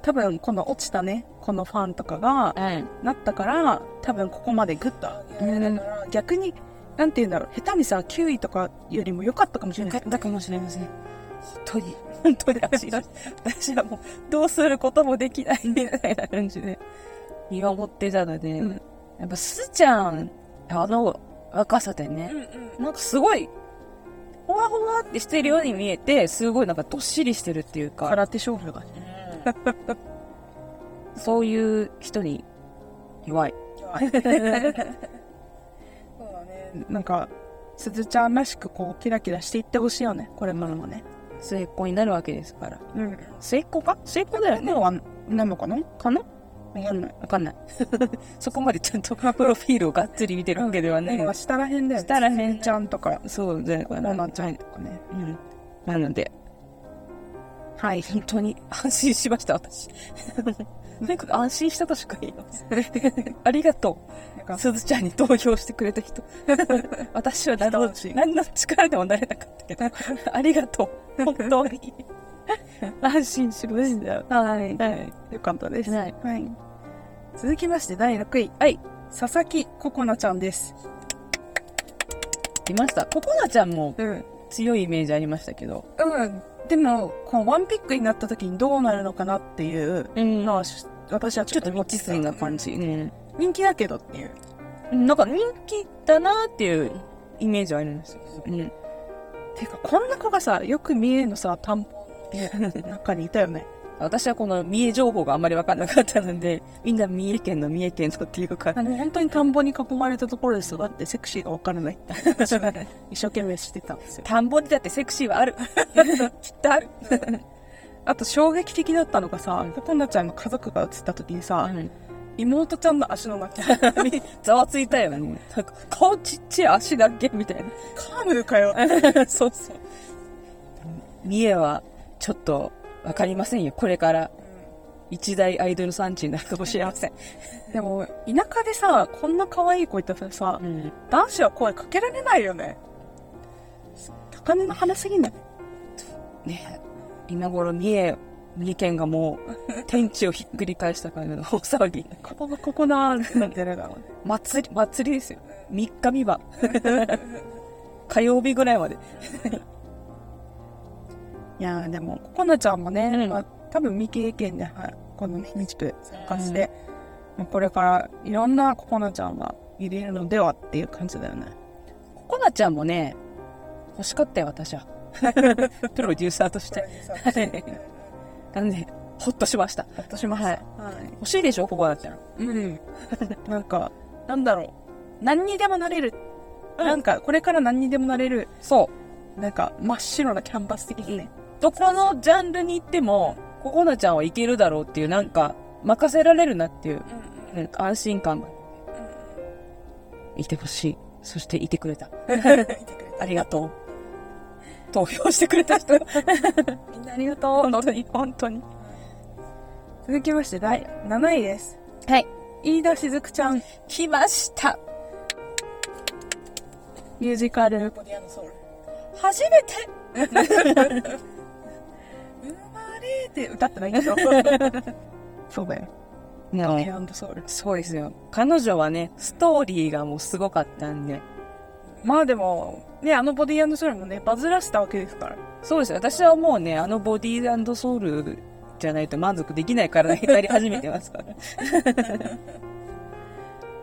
[SPEAKER 1] 多分この落ちたね、このファンとかが、なったから、多分ここまでグッと上げられたから、逆に、なんて言うんだろう、下手にさ、9位とかよりも良かったかもしれ
[SPEAKER 2] よ
[SPEAKER 1] な
[SPEAKER 2] か
[SPEAKER 1] い
[SPEAKER 2] っ。たかもしれません。本当に、本当に安心し私はもう、どうすることもできないみたいな感じで、見守ってたので、
[SPEAKER 1] うん
[SPEAKER 2] やっぱすずちゃん、あの若さでね、なんかすごい、ほわほわってしてるように見えて、すごいなんかどっしりしてるっていうか、
[SPEAKER 1] 空手勝負がね。
[SPEAKER 2] そういう人に弱い。
[SPEAKER 1] そうだね。なんか、すずちゃんらしくこう、キラキラしていってほしいよね。これからもね。
[SPEAKER 2] 末っ子になるわけですから。
[SPEAKER 1] うん。
[SPEAKER 2] 末っ子か末っ子だよね。
[SPEAKER 1] では、なのかな
[SPEAKER 2] かな
[SPEAKER 1] わかんない。
[SPEAKER 2] わかんない。そこまでちゃんとプロフィールをがっつり見てるわけではな
[SPEAKER 1] で
[SPEAKER 2] い
[SPEAKER 1] も、。下らへんだよね。
[SPEAKER 2] 下らへん
[SPEAKER 1] ちゃんとか、
[SPEAKER 2] そうだか
[SPEAKER 1] モ
[SPEAKER 2] ら。
[SPEAKER 1] ナちゃんとかね。
[SPEAKER 2] うん。なので、
[SPEAKER 1] はい。
[SPEAKER 2] 本当に安心しました、私。なんか安心したとしか言います。ありがと
[SPEAKER 1] なん
[SPEAKER 2] う。
[SPEAKER 1] か、
[SPEAKER 2] すずちゃんに投票してくれた人。 私は何の
[SPEAKER 1] 人
[SPEAKER 2] 何の力でもなれなかったけど、ありがとう。本当に。安心しました。
[SPEAKER 1] はい。
[SPEAKER 2] はい。
[SPEAKER 1] よかったです。
[SPEAKER 2] はい
[SPEAKER 1] 続きまして、第6位。
[SPEAKER 2] はい。
[SPEAKER 1] 佐々木ここなちゃんです。
[SPEAKER 2] いました。ここなちゃんも
[SPEAKER 1] うん。
[SPEAKER 2] 強いイメージありましたけど。
[SPEAKER 1] うん。でも、こう、ワンピックになった時にどうなるのかなっていう
[SPEAKER 2] うん
[SPEAKER 1] のは、私はち
[SPEAKER 2] ちょ
[SPEAKER 1] ょ
[SPEAKER 2] っ
[SPEAKER 1] っ
[SPEAKER 2] と
[SPEAKER 1] と
[SPEAKER 2] 未知数な感
[SPEAKER 1] じ。
[SPEAKER 2] じ。ね
[SPEAKER 1] 人気だけどっていう。
[SPEAKER 2] なんか人気だなっていうイメージはあるんですよ。うん。
[SPEAKER 1] てか、こんな子がさ、よく見えるのさ、担保って、なんかにいたよね。
[SPEAKER 2] 私はこの三重情報があんまり分かんなかったので、みんな三重県の三重県のっていうか、
[SPEAKER 1] あの、本当に田んぼに囲まれたところで育って、セクシーがわからないっ て話をね一生懸命してたんですよ。
[SPEAKER 2] 田んぼでだってセクシーはあ る。きっとある。
[SPEAKER 1] あと、衝撃的だったのがさ、こんなちゃんの家族が映った時にさ、
[SPEAKER 2] うん
[SPEAKER 1] 妹ちゃんの足の 巻き。カ
[SPEAKER 2] ざわついたよね。なんか顔ちっちゃい足だけみたい
[SPEAKER 1] ームかよ。
[SPEAKER 2] な。 そうそう。三重はちょっと分かりませんよ。これから一大アイドル産地になるかもしれません。
[SPEAKER 1] でも、田舎でさ、こんな可愛い子いたらさ、
[SPEAKER 2] ん。
[SPEAKER 1] 男子は声かけられないよね。高嶺の花すぎない
[SPEAKER 2] ね今頃三重、三重県がも う天地をひっくり返した感じの 大騒ぎ。
[SPEAKER 1] ここがここな、なんてあれだろうね。
[SPEAKER 2] 祭り、祭りですよ。三日三 晩。火曜日ぐらいまで。
[SPEAKER 1] いやーでも、ここなちゃんもね、
[SPEAKER 2] うん
[SPEAKER 1] まあ、多分未経験で、はい、このミチプ参加して、まあ、これからいろんなここなちゃんが入れるのではっていう感じだよね。
[SPEAKER 2] ココナちゃんもね、欲しかったよ、私 は。プロデューサーとして。はい なんで、ほっとしました。
[SPEAKER 1] 私もはい。は
[SPEAKER 2] 欲しいでしょ、ココナちゃん。
[SPEAKER 1] い。うん。なんか、なんだろう。何にでもなれる。なんか、これから何にでもなれる、
[SPEAKER 2] そう。
[SPEAKER 1] なんか、真っ白なキャンバス的にね。
[SPEAKER 2] どこのジャンルに行っても、ココナちゃんはいけるだろうっていう、なんか、任せられるなっていう、うん安心感が。いてほしい。そしていてく れた。ありがとう。投票してくれた人。
[SPEAKER 1] みんなありがとう。
[SPEAKER 2] 本当に、本当に。
[SPEAKER 1] 続きまして、第7位です。
[SPEAKER 2] はい。
[SPEAKER 1] 飯田しずくちゃん、
[SPEAKER 2] 来ました。
[SPEAKER 1] ミュージカル。ボディアのソウル。
[SPEAKER 2] 初めて
[SPEAKER 1] 生まれて歌ってないけど。 そうだよ。ボディアンドソウル。
[SPEAKER 2] そうですよ。彼女はね、ストーリーがもうすごかったんで。
[SPEAKER 1] まあでも、ね、あのボディアンドソウルもね、バズらせたわけですから。
[SPEAKER 2] そうですよ。私はもうね、あのボディーソウルじゃないと満足できない体になり始めてます から。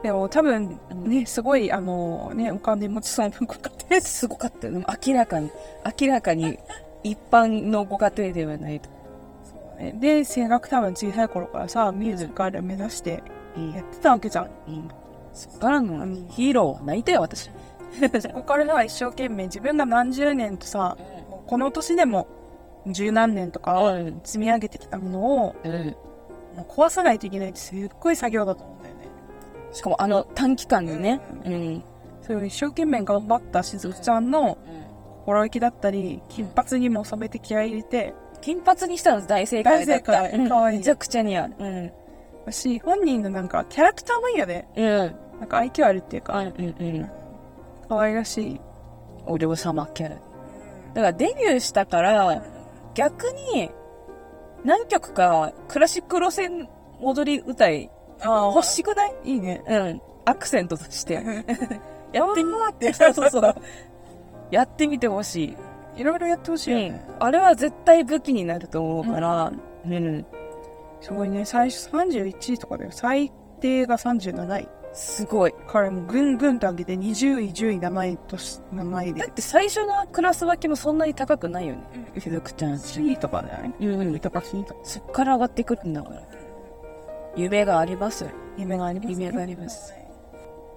[SPEAKER 1] でも多分、ね、すごい、あの、ね、お金持ちそうなご家庭です。
[SPEAKER 2] すごかったよ。でも明らかに、明らかに一般のご家庭ではないと。
[SPEAKER 1] で、声楽多分小さい頃からさ、ミュージカル目指してやってたわけじゃ ん。
[SPEAKER 2] そっからのヒーローは泣いたよ、私。
[SPEAKER 1] そこからは一生懸命自分が何十年とさ、この年でも十何年とか
[SPEAKER 2] うん
[SPEAKER 1] 積み上げてきたものを
[SPEAKER 2] うん。
[SPEAKER 1] もう壊さないといけないってすっごい作業だと思うんだよね。
[SPEAKER 2] しかもあの短期間でね。うん。
[SPEAKER 1] それを一生懸命頑張ったしずくちゃんの心意気だったり、金髪にも染めて気合い入れて、
[SPEAKER 2] 金髪にしたの大正解だった。
[SPEAKER 1] 大正解
[SPEAKER 2] うん
[SPEAKER 1] かわいい
[SPEAKER 2] めちゃくちゃ似合う。うん。
[SPEAKER 1] し、本人のなんかキャラクターもいいよね。
[SPEAKER 2] うん。
[SPEAKER 1] なんか愛嬌あるっていうか、
[SPEAKER 2] うん。うん。
[SPEAKER 1] 可愛らしい。
[SPEAKER 2] お嬢様キャラ。だからデビューしたから、逆に、何曲かクラシック路線踊り歌い
[SPEAKER 1] あ
[SPEAKER 2] 欲しくない
[SPEAKER 1] いいね。
[SPEAKER 2] うん。アクセントと して。やってみようって。
[SPEAKER 1] て
[SPEAKER 2] そうそうそう。やってみてほしい。
[SPEAKER 1] いろいろやってほしいよ
[SPEAKER 2] うん
[SPEAKER 1] ね。。
[SPEAKER 2] あれは絶対武器になると思うから、うん。
[SPEAKER 1] すごいね、最初31位とかだよ。最低が37位。
[SPEAKER 2] すごい。
[SPEAKER 1] からもうぐんぐんと上げて20位、10位、7位とし、7位
[SPEAKER 2] だっ
[SPEAKER 1] で。
[SPEAKER 2] て最初のクラス分けもそんなに高くないよね。ひどくちゃん。
[SPEAKER 1] 3位とかだよね。
[SPEAKER 2] うん。
[SPEAKER 1] とか3位とか。
[SPEAKER 2] そっから上がってくるんだから。夢がありますよ。
[SPEAKER 1] 夢があります、
[SPEAKER 2] 夢があります。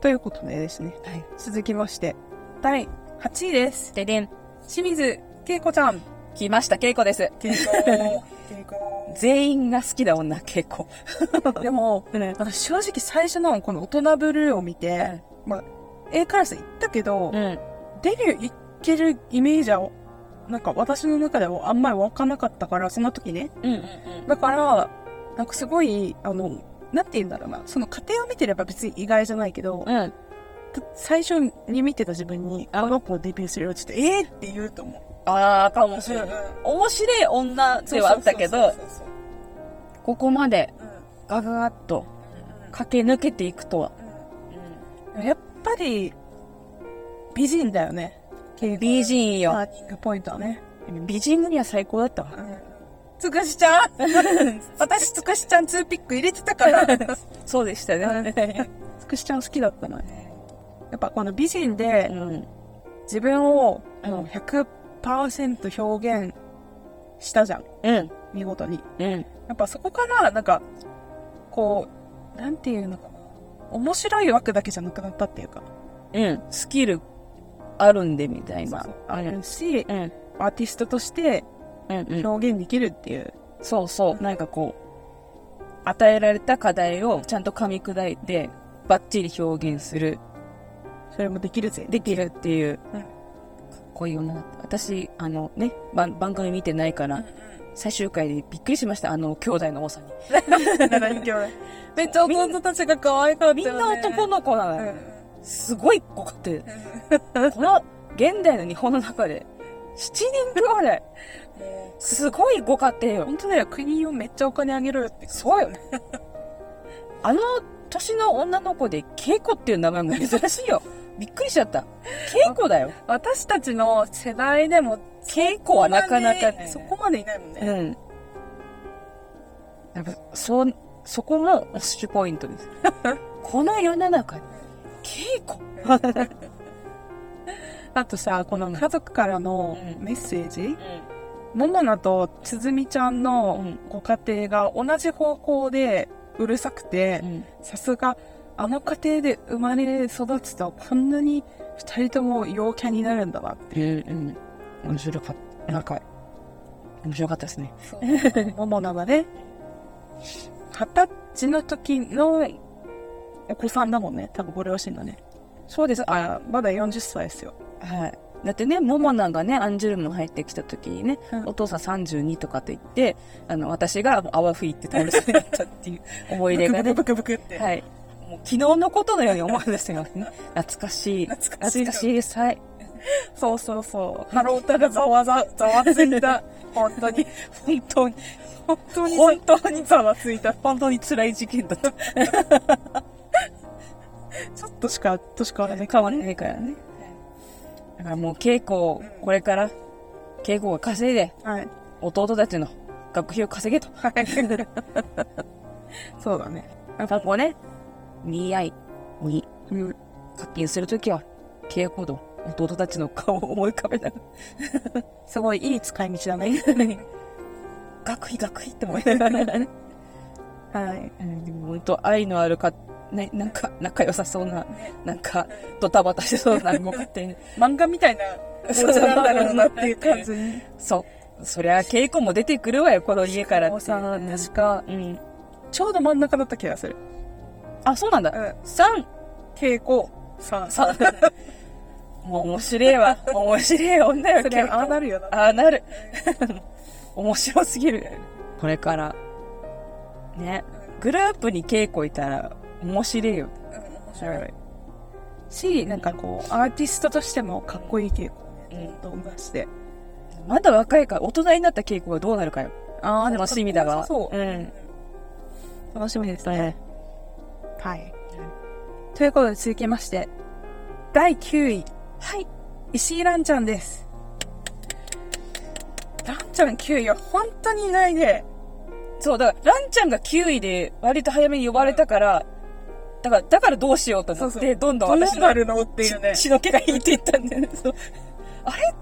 [SPEAKER 1] ということでですね、
[SPEAKER 2] はい。
[SPEAKER 1] 続きまして、第8位です。
[SPEAKER 2] ででん。
[SPEAKER 1] 清水恵子ちゃん。
[SPEAKER 2] 来ました、稽古です。
[SPEAKER 1] 恵 子。恵子。
[SPEAKER 2] 全員が好きだ女、稽古。
[SPEAKER 1] でも、私正直最初のこの大人ブルーを見て、まあ、A クラス行ったけど、
[SPEAKER 2] うん。
[SPEAKER 1] デビュー行けるイメージは、なんか私の中ではあんまり湧かなかったから、その時ね。
[SPEAKER 2] うん。
[SPEAKER 1] だから、なんかすごい、あの、なんて言うんだろうな、その過程を見てれば別に意外じゃないけど、
[SPEAKER 2] うん。
[SPEAKER 1] 最初に見てた自分に、あの子デビューするよって言って、えーって言うと思う。
[SPEAKER 2] あー、かもしれない。面白い女ではあったけど
[SPEAKER 1] そう、そうそう
[SPEAKER 2] ここまで
[SPEAKER 1] そう
[SPEAKER 2] ガガガッと駆け抜けていくとは。
[SPEAKER 1] うんやっぱり、美人だよね。
[SPEAKER 2] 美人よ。
[SPEAKER 1] ターニングポイントはね。
[SPEAKER 2] 美人組は最高だったわ。
[SPEAKER 1] つくしちゃん 私つくしちゃん2ピック入れてたから。
[SPEAKER 2] そうでしたね。
[SPEAKER 1] つくしちゃん好きだったな。やっぱこの美人
[SPEAKER 2] う
[SPEAKER 1] で
[SPEAKER 2] ん。
[SPEAKER 1] 自分を
[SPEAKER 2] うん
[SPEAKER 1] もう100%表現したじゃん。
[SPEAKER 2] うん。
[SPEAKER 1] 見事に。
[SPEAKER 2] うん。
[SPEAKER 1] やっぱそこから、なんか、こう、なんていうのかな。面白い枠だけじゃなくなったっていうか。
[SPEAKER 2] うん。スキルあるんで、みたい
[SPEAKER 1] 今
[SPEAKER 2] な。、
[SPEAKER 1] あるし、
[SPEAKER 2] うん。
[SPEAKER 1] アーティストとして
[SPEAKER 2] うん。うん。
[SPEAKER 1] 表現できるっていう。
[SPEAKER 2] そうそう。なんかこう、与えられた課題をちゃんと噛み砕いて、バッチリ表現する、
[SPEAKER 1] それもできる ぜ。
[SPEAKER 2] できるっていう、
[SPEAKER 1] うん
[SPEAKER 2] かっこいい女だった。私、あのね、番番組見てないから、最終回でびっくりしました、あの、兄弟の多さに。
[SPEAKER 1] 七人兄弟めっちゃ弟たちが可愛かったよ、ね。
[SPEAKER 2] みんな男の子な
[SPEAKER 1] う
[SPEAKER 2] のよ。
[SPEAKER 1] ん
[SPEAKER 2] すごい子って。この、現代の日本の中で、7人ぐらい、すごいご家庭よ。
[SPEAKER 1] 本当だよ、国をめっちゃお金あげろよって。
[SPEAKER 2] そうよね。あの年の女の子で、稽古っていう名前も珍しいよ。びっくりしちゃった。稽古だよ。
[SPEAKER 1] 私たちの世代でも、
[SPEAKER 2] 稽古はなかなかね。
[SPEAKER 1] そこまでいないもんね。
[SPEAKER 2] うん。やっぱ、そう、そこもッシュポイントです。この世の中に、稽古
[SPEAKER 1] あとさ、この家族からの
[SPEAKER 2] うん
[SPEAKER 1] メッセージ、ももなとつづみちゃんの
[SPEAKER 2] うん
[SPEAKER 1] ご家庭が同じ方向でうるさくて
[SPEAKER 2] う、ん。
[SPEAKER 1] さすが、あの家庭で生まれ育つと、こんなに二人とも陽キャになるんだなって。
[SPEAKER 2] うんうん。面白かった。なんか、面白かったですね。
[SPEAKER 1] ももながね、二十歳の時のお子さんだもんね、多分ご両親だね。
[SPEAKER 2] そうです。あ
[SPEAKER 1] あ、まだ40歳です よ。
[SPEAKER 2] はい。だってね、モモナがね、アンジュルム入ってきた時にね、
[SPEAKER 1] うん
[SPEAKER 2] お父さん32とかと言って、あの、私が泡吹いて倒れそうに なったっていう思い出がね、
[SPEAKER 1] ブクブクブクって。
[SPEAKER 2] はい。もう昨日のことのように思い出したよね。懐かしい。
[SPEAKER 1] 懐かしい
[SPEAKER 2] 懐かしいです。はい。
[SPEAKER 1] そうそうそう。ハロータがざわざ、ざわつい た。本当に、
[SPEAKER 2] 本当に、
[SPEAKER 1] 本当に、
[SPEAKER 2] 本
[SPEAKER 1] 当にざわついた。
[SPEAKER 2] 本当に辛い事件だった。
[SPEAKER 1] ちょっとしか、年変わらない。
[SPEAKER 2] 変わらないからね。だからもう稽古を、これから、稽古を稼いで、
[SPEAKER 1] はい。
[SPEAKER 2] 弟たちの学費を稼げと。
[SPEAKER 1] そうだね。
[SPEAKER 2] 過去ね、2i に
[SPEAKER 1] うん。
[SPEAKER 2] 課金するときは、稽古の弟たちの顔を思い浮かべな が
[SPEAKER 1] すごいいい使い道だ ね。
[SPEAKER 2] ら、学費学費って思いながらね。
[SPEAKER 1] はい。
[SPEAKER 2] うんでも本当愛のあるか、ね、なんか仲良さそうな、なんかドタバタしてそうなご家庭。
[SPEAKER 1] 漫画みたいな、そうなんだろうなっていう感じに。
[SPEAKER 2] そう。そりゃ稽古も出てくるわよ、この家から
[SPEAKER 1] お
[SPEAKER 2] って。
[SPEAKER 1] さん、確か、
[SPEAKER 2] うん。
[SPEAKER 1] ちょうど真ん中だった気がする。
[SPEAKER 2] あ、そうなんだ。
[SPEAKER 1] うん
[SPEAKER 2] 三
[SPEAKER 1] 稽古、さあ、
[SPEAKER 2] 三 もう面白いわ。面白い女よ、
[SPEAKER 1] それ
[SPEAKER 2] 稽古
[SPEAKER 1] ああなるよな。
[SPEAKER 2] ああ、なる。面白すぎる。これから。ね。グループに稽古いたら面白いよ。
[SPEAKER 1] し、なんかこう、アーティストとしてもかっこいい稽
[SPEAKER 2] うん
[SPEAKER 1] 古と思いまして。
[SPEAKER 2] まだ若いから、大人になった稽古がどうなるかよ。
[SPEAKER 1] あ
[SPEAKER 2] 楽しみだわ。
[SPEAKER 1] そうう。
[SPEAKER 2] ん。
[SPEAKER 1] 楽しみですね。はい
[SPEAKER 2] うん。
[SPEAKER 1] ということで続きまして、第9位。はい。石井蘭ちゃんです。蘭ちゃん9位は本当にいないね。
[SPEAKER 2] そう、だから、ランちゃんが9位で割と早めに呼ばれたから、だから、だからどうしようと思って、
[SPEAKER 1] そうそう
[SPEAKER 2] どんどん
[SPEAKER 1] どう
[SPEAKER 2] 私の
[SPEAKER 1] なるのっていうね
[SPEAKER 2] 血。血の気が引いていったんだよね。そうあれ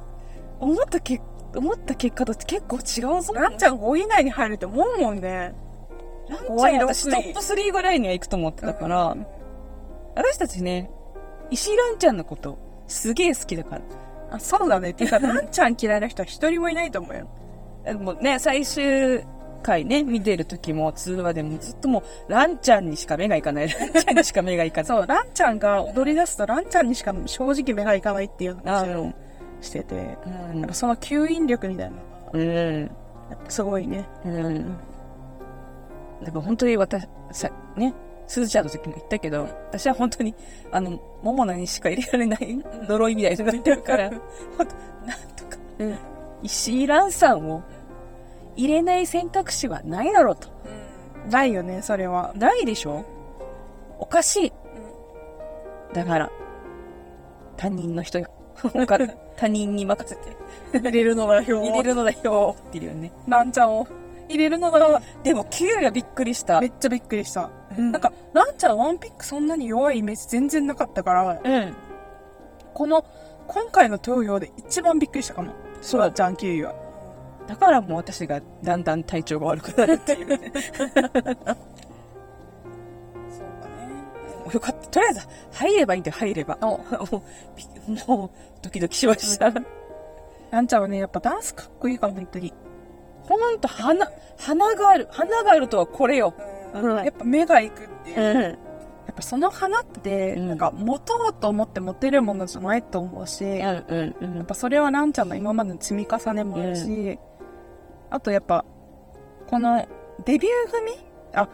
[SPEAKER 2] 思ったけ、思った結果と結構違うぞ。
[SPEAKER 1] 蘭ちゃん5位以内に入ると思うもんね。
[SPEAKER 2] ラン
[SPEAKER 1] 怖
[SPEAKER 2] ち
[SPEAKER 1] い
[SPEAKER 2] ゃん
[SPEAKER 1] 六位
[SPEAKER 2] 私トップ3ぐらいには行くと思ってたから、私たちね、石井ランちゃんのこと、すげえ好きだから。
[SPEAKER 1] あ、そうだね。て か、蘭ちゃん嫌いな人は一人もいないと思うよ。
[SPEAKER 2] でもね、最終回ね、見てる時も、通話でもずっともう、ランちゃんにしか目がいかない。ランちゃんにしか目がいかない。
[SPEAKER 1] そう、ランちゃんが踊り出すと、ランちゃんにしか正直目がいかないっていう
[SPEAKER 2] あ
[SPEAKER 1] 話を
[SPEAKER 2] の、
[SPEAKER 1] してて、
[SPEAKER 2] う
[SPEAKER 1] なん
[SPEAKER 2] ん
[SPEAKER 1] か。その吸引力みたいなの
[SPEAKER 2] うん。
[SPEAKER 1] がやっぱすごいね。
[SPEAKER 2] うん。でも本当に私、さ、ね、すずちゃんの時も言ったけど、私は本当に、あの、ももなにしか入れられない呪いみたいになってるから、本当なんとか、
[SPEAKER 1] うん。
[SPEAKER 2] 石井蘭さんを入れない選択肢はないだろうと。
[SPEAKER 1] ないよね、それ は。
[SPEAKER 2] ないでしょおかしい。だから、担任の人よ。他他人に任せて
[SPEAKER 1] 入れるのだよ。
[SPEAKER 2] 入れるのだよっていうね
[SPEAKER 1] ランちゃんを。入れるのだよ。
[SPEAKER 2] でも給料びっくりした
[SPEAKER 1] めっちゃびっくりした。
[SPEAKER 2] うん
[SPEAKER 1] なんか、ランちゃんワンピックそんなに弱いイメージ全然なかったから、
[SPEAKER 2] うん
[SPEAKER 1] この、今回の投票で一番びっくりしたかも。
[SPEAKER 2] そう
[SPEAKER 1] ランちゃん給与は。
[SPEAKER 2] だからもう私がだんだん体調が悪くなるっていうね
[SPEAKER 1] そうだね。
[SPEAKER 2] よかったとりあえず入ればいいんだよ入ればもうびもうドキドキしました
[SPEAKER 1] ランちゃんはね、やっぱダンスかっこいいから、本当に。
[SPEAKER 2] ほんと花花がある花があるとはこれよう
[SPEAKER 1] や
[SPEAKER 2] ん
[SPEAKER 1] っぱ目がいくっていう。や
[SPEAKER 2] ん
[SPEAKER 1] っぱその花って、
[SPEAKER 2] うん
[SPEAKER 1] なんか持とうと思って持てるものじゃないと思うし、やっ
[SPEAKER 2] うんうん
[SPEAKER 1] ぱそれはランちゃんの今までの積み重ねもあるし、あとやっぱ、このデビュー組あ、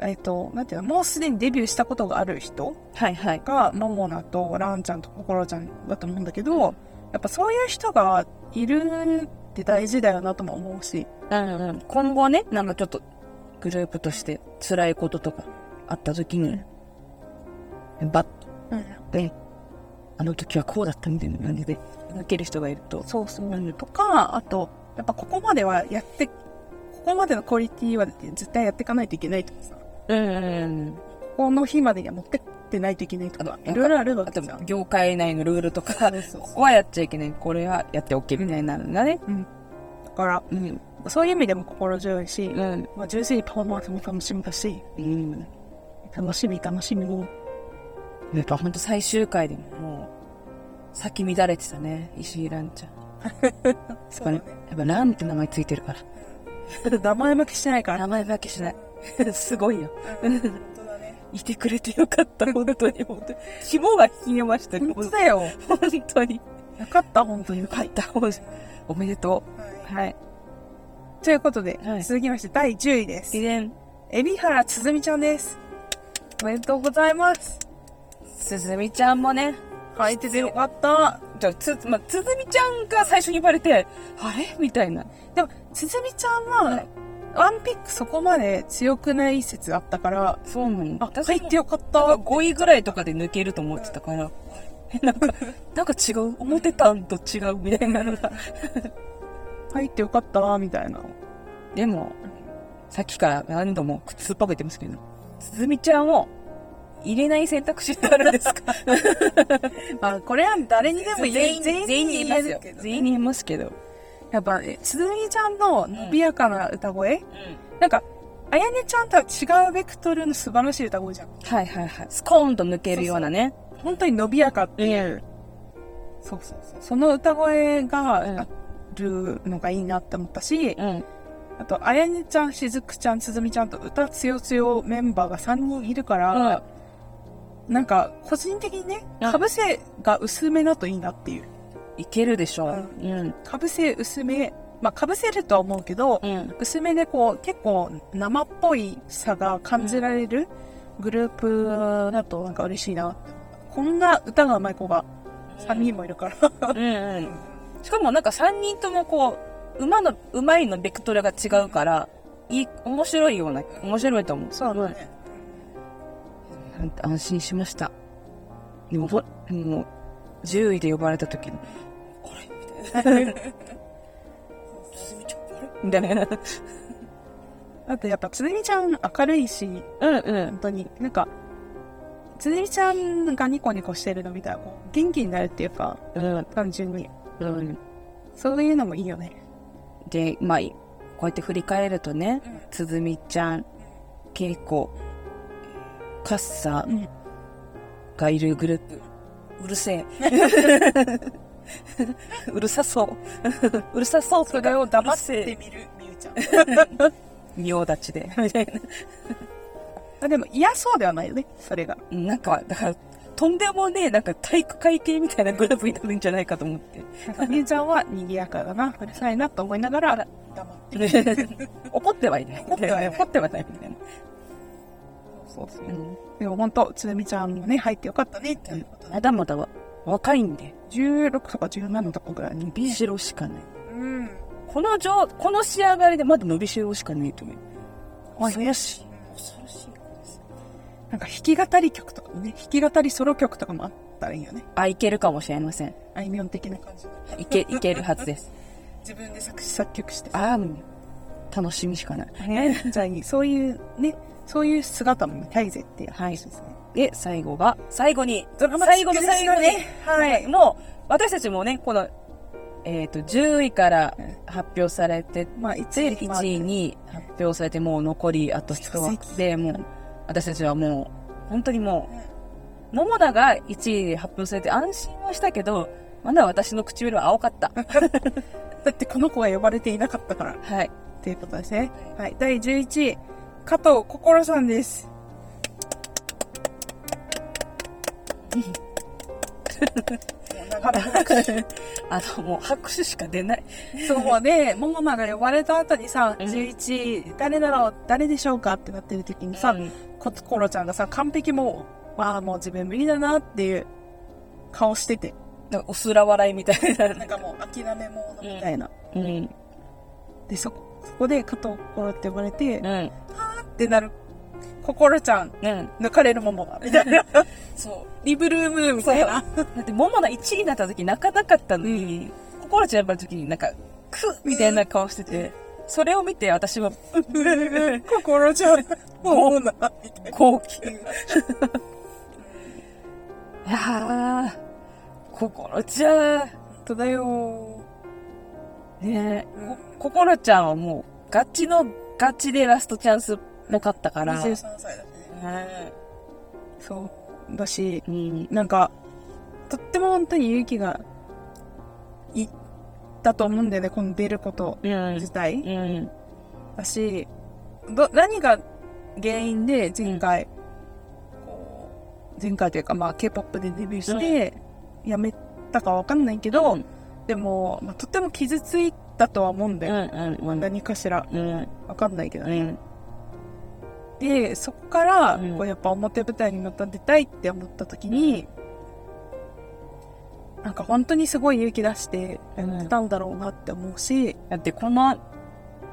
[SPEAKER 1] えっ、と、なんていうの、もうすでにデビューしたことがある人
[SPEAKER 2] はいはい
[SPEAKER 1] が、モモナとランちゃんとココロちゃんだと思うんだけど、やっぱそういう人がいるって大事だよなとも思うし、
[SPEAKER 2] うんうん今後ねなんかちょっとグループとして辛いこととかあった時にバッとねあの時はこうだったみたいな感じで泣ける人がいると
[SPEAKER 1] そうそう
[SPEAKER 2] うん
[SPEAKER 1] とか、あと、やっぱここまではやって、ここまでのクオリティは絶対やっていかないといけないとかさ、
[SPEAKER 2] うんうん
[SPEAKER 1] この日までには持ってってないといけないとか
[SPEAKER 2] あ、と
[SPEAKER 1] いろいろあるわ
[SPEAKER 2] あ
[SPEAKER 1] け
[SPEAKER 2] と
[SPEAKER 1] じゃん。
[SPEAKER 2] 業界内のルールとか
[SPEAKER 1] そうそうそう
[SPEAKER 2] ここはやっちゃいけないこれはやって OK みたいになるんだね
[SPEAKER 1] だから、
[SPEAKER 2] うん
[SPEAKER 1] そういう意味でも心強いし、
[SPEAKER 2] うん
[SPEAKER 1] まあ、純粋にパフォーマンスも楽しみだし、
[SPEAKER 2] うん
[SPEAKER 1] 楽しみ、楽しみも。
[SPEAKER 2] やっぱほんと最終回でももう先乱れてたね石井蘭ちゃん
[SPEAKER 1] そ
[SPEAKER 2] やっぱね、やっぱランって名前ついてるか。
[SPEAKER 1] ね。名前負けしてないからら。
[SPEAKER 2] 名前だけしない。 すごいよ。
[SPEAKER 1] 本当だね。
[SPEAKER 2] いてくれてよか った、本当に。本当に。肝が冷えましたね。
[SPEAKER 1] 本当だよ。
[SPEAKER 2] 本当に。
[SPEAKER 1] よかった、本当に。
[SPEAKER 2] よかった、おめでとう。はい。
[SPEAKER 1] ということで、
[SPEAKER 2] はい
[SPEAKER 1] 続きまして第10位です
[SPEAKER 2] 依。然、
[SPEAKER 1] 海老原つづみちゃんです。おめでとうございます。
[SPEAKER 2] すずみちゃんもね、
[SPEAKER 1] 書いててよかった。
[SPEAKER 2] じゃあつ、まあ、つずみちゃんが最初に言われて、あれみたいな。
[SPEAKER 1] でも、つづみちゃんは、
[SPEAKER 2] はい
[SPEAKER 1] ワンピックそこまで強くない説あったから、
[SPEAKER 2] そうなの。
[SPEAKER 1] あ、
[SPEAKER 2] 私
[SPEAKER 1] 入ってよかっ
[SPEAKER 2] が
[SPEAKER 1] た。
[SPEAKER 2] 5位ぐらいとかで抜けると思ってたから、えなん か、なんか違う、思ってたんと違うみたいなのが。
[SPEAKER 1] 入ってよかった、みたいな。
[SPEAKER 2] でも、さっきから何度も靴っぱく言ってますけど、つずみちゃんを入れない選択肢ってあるん ですか
[SPEAKER 1] まあ、これは誰にでも言え
[SPEAKER 2] 全員、全員言いますよ。
[SPEAKER 1] けど
[SPEAKER 2] 全員言いますけど。
[SPEAKER 1] やっぱね、つづみちゃんの伸びやかな歌声、なんか、あやねちゃんとは違うベクトルの素晴らしい歌声じゃん。
[SPEAKER 2] はいはいはい。スコーンと抜けるようなね。
[SPEAKER 1] 本当に伸びやかっていう。そうそうそう。その歌声
[SPEAKER 2] うん
[SPEAKER 1] があるのがいいなって思ったし、
[SPEAKER 2] うん。
[SPEAKER 1] あと、あやねちゃん、しずくちゃん、つづみちゃんと歌強強メンバーが3人いるから、
[SPEAKER 2] あ
[SPEAKER 1] なんか、個人的にね、
[SPEAKER 2] うん
[SPEAKER 1] かぶせが薄めだといいなっていう。
[SPEAKER 2] いけるでしょう。
[SPEAKER 1] う
[SPEAKER 2] うん。
[SPEAKER 1] かぶせ薄め、まあ、かぶせるとは思うけど、
[SPEAKER 2] うん。
[SPEAKER 1] 薄めでこう、結構生っぽいさが感じられるグループだとなんか嬉しいな。こんな歌が上手い子が3人もいるから。
[SPEAKER 2] うんうん。しかもなんか3人ともこう、馬の、馬いのベクトルが違うから、いい、面白いような、面白いと思う。
[SPEAKER 1] そうだね。
[SPEAKER 2] なんて安心しました。でも、ほもう、10位で呼ばれた時の、あれみたい な。すみちゃん、あれみたいな。
[SPEAKER 1] あとやっぱつねみちゃん明るいし、
[SPEAKER 2] うんうん
[SPEAKER 1] 本。当に、なんか、つねみちゃんがニコニコしてるの見たら、こう元気になるっていうか、
[SPEAKER 2] うん
[SPEAKER 1] 単純に。
[SPEAKER 2] うん。
[SPEAKER 1] そういうのもいいよね。
[SPEAKER 2] で、まあ、こうやって振り返るとね
[SPEAKER 1] うん、
[SPEAKER 2] つづみちゃん、けいこ、かっさ
[SPEAKER 1] うん
[SPEAKER 2] がいるグループ。うるせえ。 うるさ そう。うるさそう。
[SPEAKER 1] それを黙って
[SPEAKER 2] て。
[SPEAKER 1] みる、みゆちゃん。
[SPEAKER 2] 仁王立ちで。みたいな。
[SPEAKER 1] あでも嫌そうではないよね、それが。
[SPEAKER 2] なんか、だから、とんでもねえ、なんか体育会系みたいなグループになるんじゃないかと思 って。
[SPEAKER 1] みゆちゃんは賑やかだな、うるさいなと思いながら、黙って。
[SPEAKER 2] 怒ってはいない。
[SPEAKER 1] 怒ってはいない
[SPEAKER 2] 怒ってはないみたいな。
[SPEAKER 1] そうそうう。
[SPEAKER 2] ん
[SPEAKER 1] でも本当、つねみちゃんもね、入ってよかったね、っていうこと
[SPEAKER 2] ま
[SPEAKER 1] ね。
[SPEAKER 2] だまだわ若いんで、
[SPEAKER 1] 16とか17とかぐらいに。
[SPEAKER 2] 伸びしろしかない。
[SPEAKER 1] うん。
[SPEAKER 2] この上、この仕上がりでまだ伸びしろしかないという。
[SPEAKER 1] はい
[SPEAKER 2] 恐ろしい。恐ろしい。
[SPEAKER 1] なんか弾き語り曲とかもね、弾き語りソロ曲とかもあっったらいいよね。
[SPEAKER 2] あ、いけるかもしれません。
[SPEAKER 1] あいみょん的な感じで。
[SPEAKER 2] いけ、いけるは ずです。
[SPEAKER 1] 自分で作詞作曲して。
[SPEAKER 2] ああ、うん楽しみしかない。
[SPEAKER 1] ね、じゃあいいそういうね、そういう姿も見たいぜっていう話ですね。
[SPEAKER 2] で、最後が、最後に、
[SPEAKER 1] ドラマチ
[SPEAKER 2] 最
[SPEAKER 1] ッ
[SPEAKER 2] 後
[SPEAKER 1] ク
[SPEAKER 2] の
[SPEAKER 1] です
[SPEAKER 2] 最後
[SPEAKER 1] よ
[SPEAKER 2] に
[SPEAKER 1] ね、
[SPEAKER 2] はい、もう、私たちもね、この、えっ、と、10位から
[SPEAKER 1] うん
[SPEAKER 2] 発表されて、
[SPEAKER 1] まあ、一
[SPEAKER 2] 1位に発表されて、もう残りあと1枠で、もう、私たちはもう、本当にもう、桃田が1位で発表されて安心はしたけど、まだ私の唇は青かった。
[SPEAKER 1] だってこの子は呼ばれていなかったから。
[SPEAKER 2] はい。
[SPEAKER 1] ということですね。はい。第11位、加藤心さんです。
[SPEAKER 2] あの、もう拍手しか出ない。
[SPEAKER 1] そうね、ももまが呼ばれた後にさ、
[SPEAKER 2] うん
[SPEAKER 1] 11位、誰だろう、誰でしょうかってなってる時にさ
[SPEAKER 2] うん、
[SPEAKER 1] こコロちゃんがさ、完璧もう、わあ、もう自分無理だなっていう顔してて、
[SPEAKER 2] なんか、薄ら笑いみたいな。
[SPEAKER 1] なんかもう諦め者みたいな。
[SPEAKER 2] うん。
[SPEAKER 1] で、そこ、そこで加藤心って呼ばれて、
[SPEAKER 2] う
[SPEAKER 1] っ
[SPEAKER 2] ん。
[SPEAKER 1] てなる、心ちゃん、
[SPEAKER 2] うん。
[SPEAKER 1] 抜かれるももが、みたいな。
[SPEAKER 2] そう。
[SPEAKER 1] リブルームーみたいな。
[SPEAKER 2] だって、桃の1位になった時泣かなかったのに、心ちゃんやっぱり時になんか、クッみたいな顔してて、それを見て私は、
[SPEAKER 1] 心ちゃん、もうな、みたいな。
[SPEAKER 2] 後期。いやー、心ちゃん、
[SPEAKER 1] 本当だよ
[SPEAKER 2] ねえ、こ心ちゃんはもう、ガチのガチでラストチャンスっぽかったから。
[SPEAKER 1] 23歳だね。そう。だし、
[SPEAKER 2] うん。
[SPEAKER 1] なんか、とっても本当に勇気がいったと思うんだよね、この出ること
[SPEAKER 2] うん。
[SPEAKER 1] 自体。
[SPEAKER 2] うん。
[SPEAKER 1] だし、ど、何が原因で前回、こう前回というか、まあ、K-POP でデビューして、やめたかわかんないけど、
[SPEAKER 2] うん
[SPEAKER 1] でも、まあ、とっても傷ついたとは思うんだ
[SPEAKER 2] うん。
[SPEAKER 1] よ。
[SPEAKER 2] うん。うん。
[SPEAKER 1] 何かしら、
[SPEAKER 2] うん。
[SPEAKER 1] わかんないけどね。
[SPEAKER 2] うん。
[SPEAKER 1] でそこから、
[SPEAKER 2] うん
[SPEAKER 1] こうやっぱ表舞台にまた出たいって思った時に、なんか本当にすごい勇気出してや
[SPEAKER 2] うん
[SPEAKER 1] ったんだろうなって思うし、
[SPEAKER 2] だってこの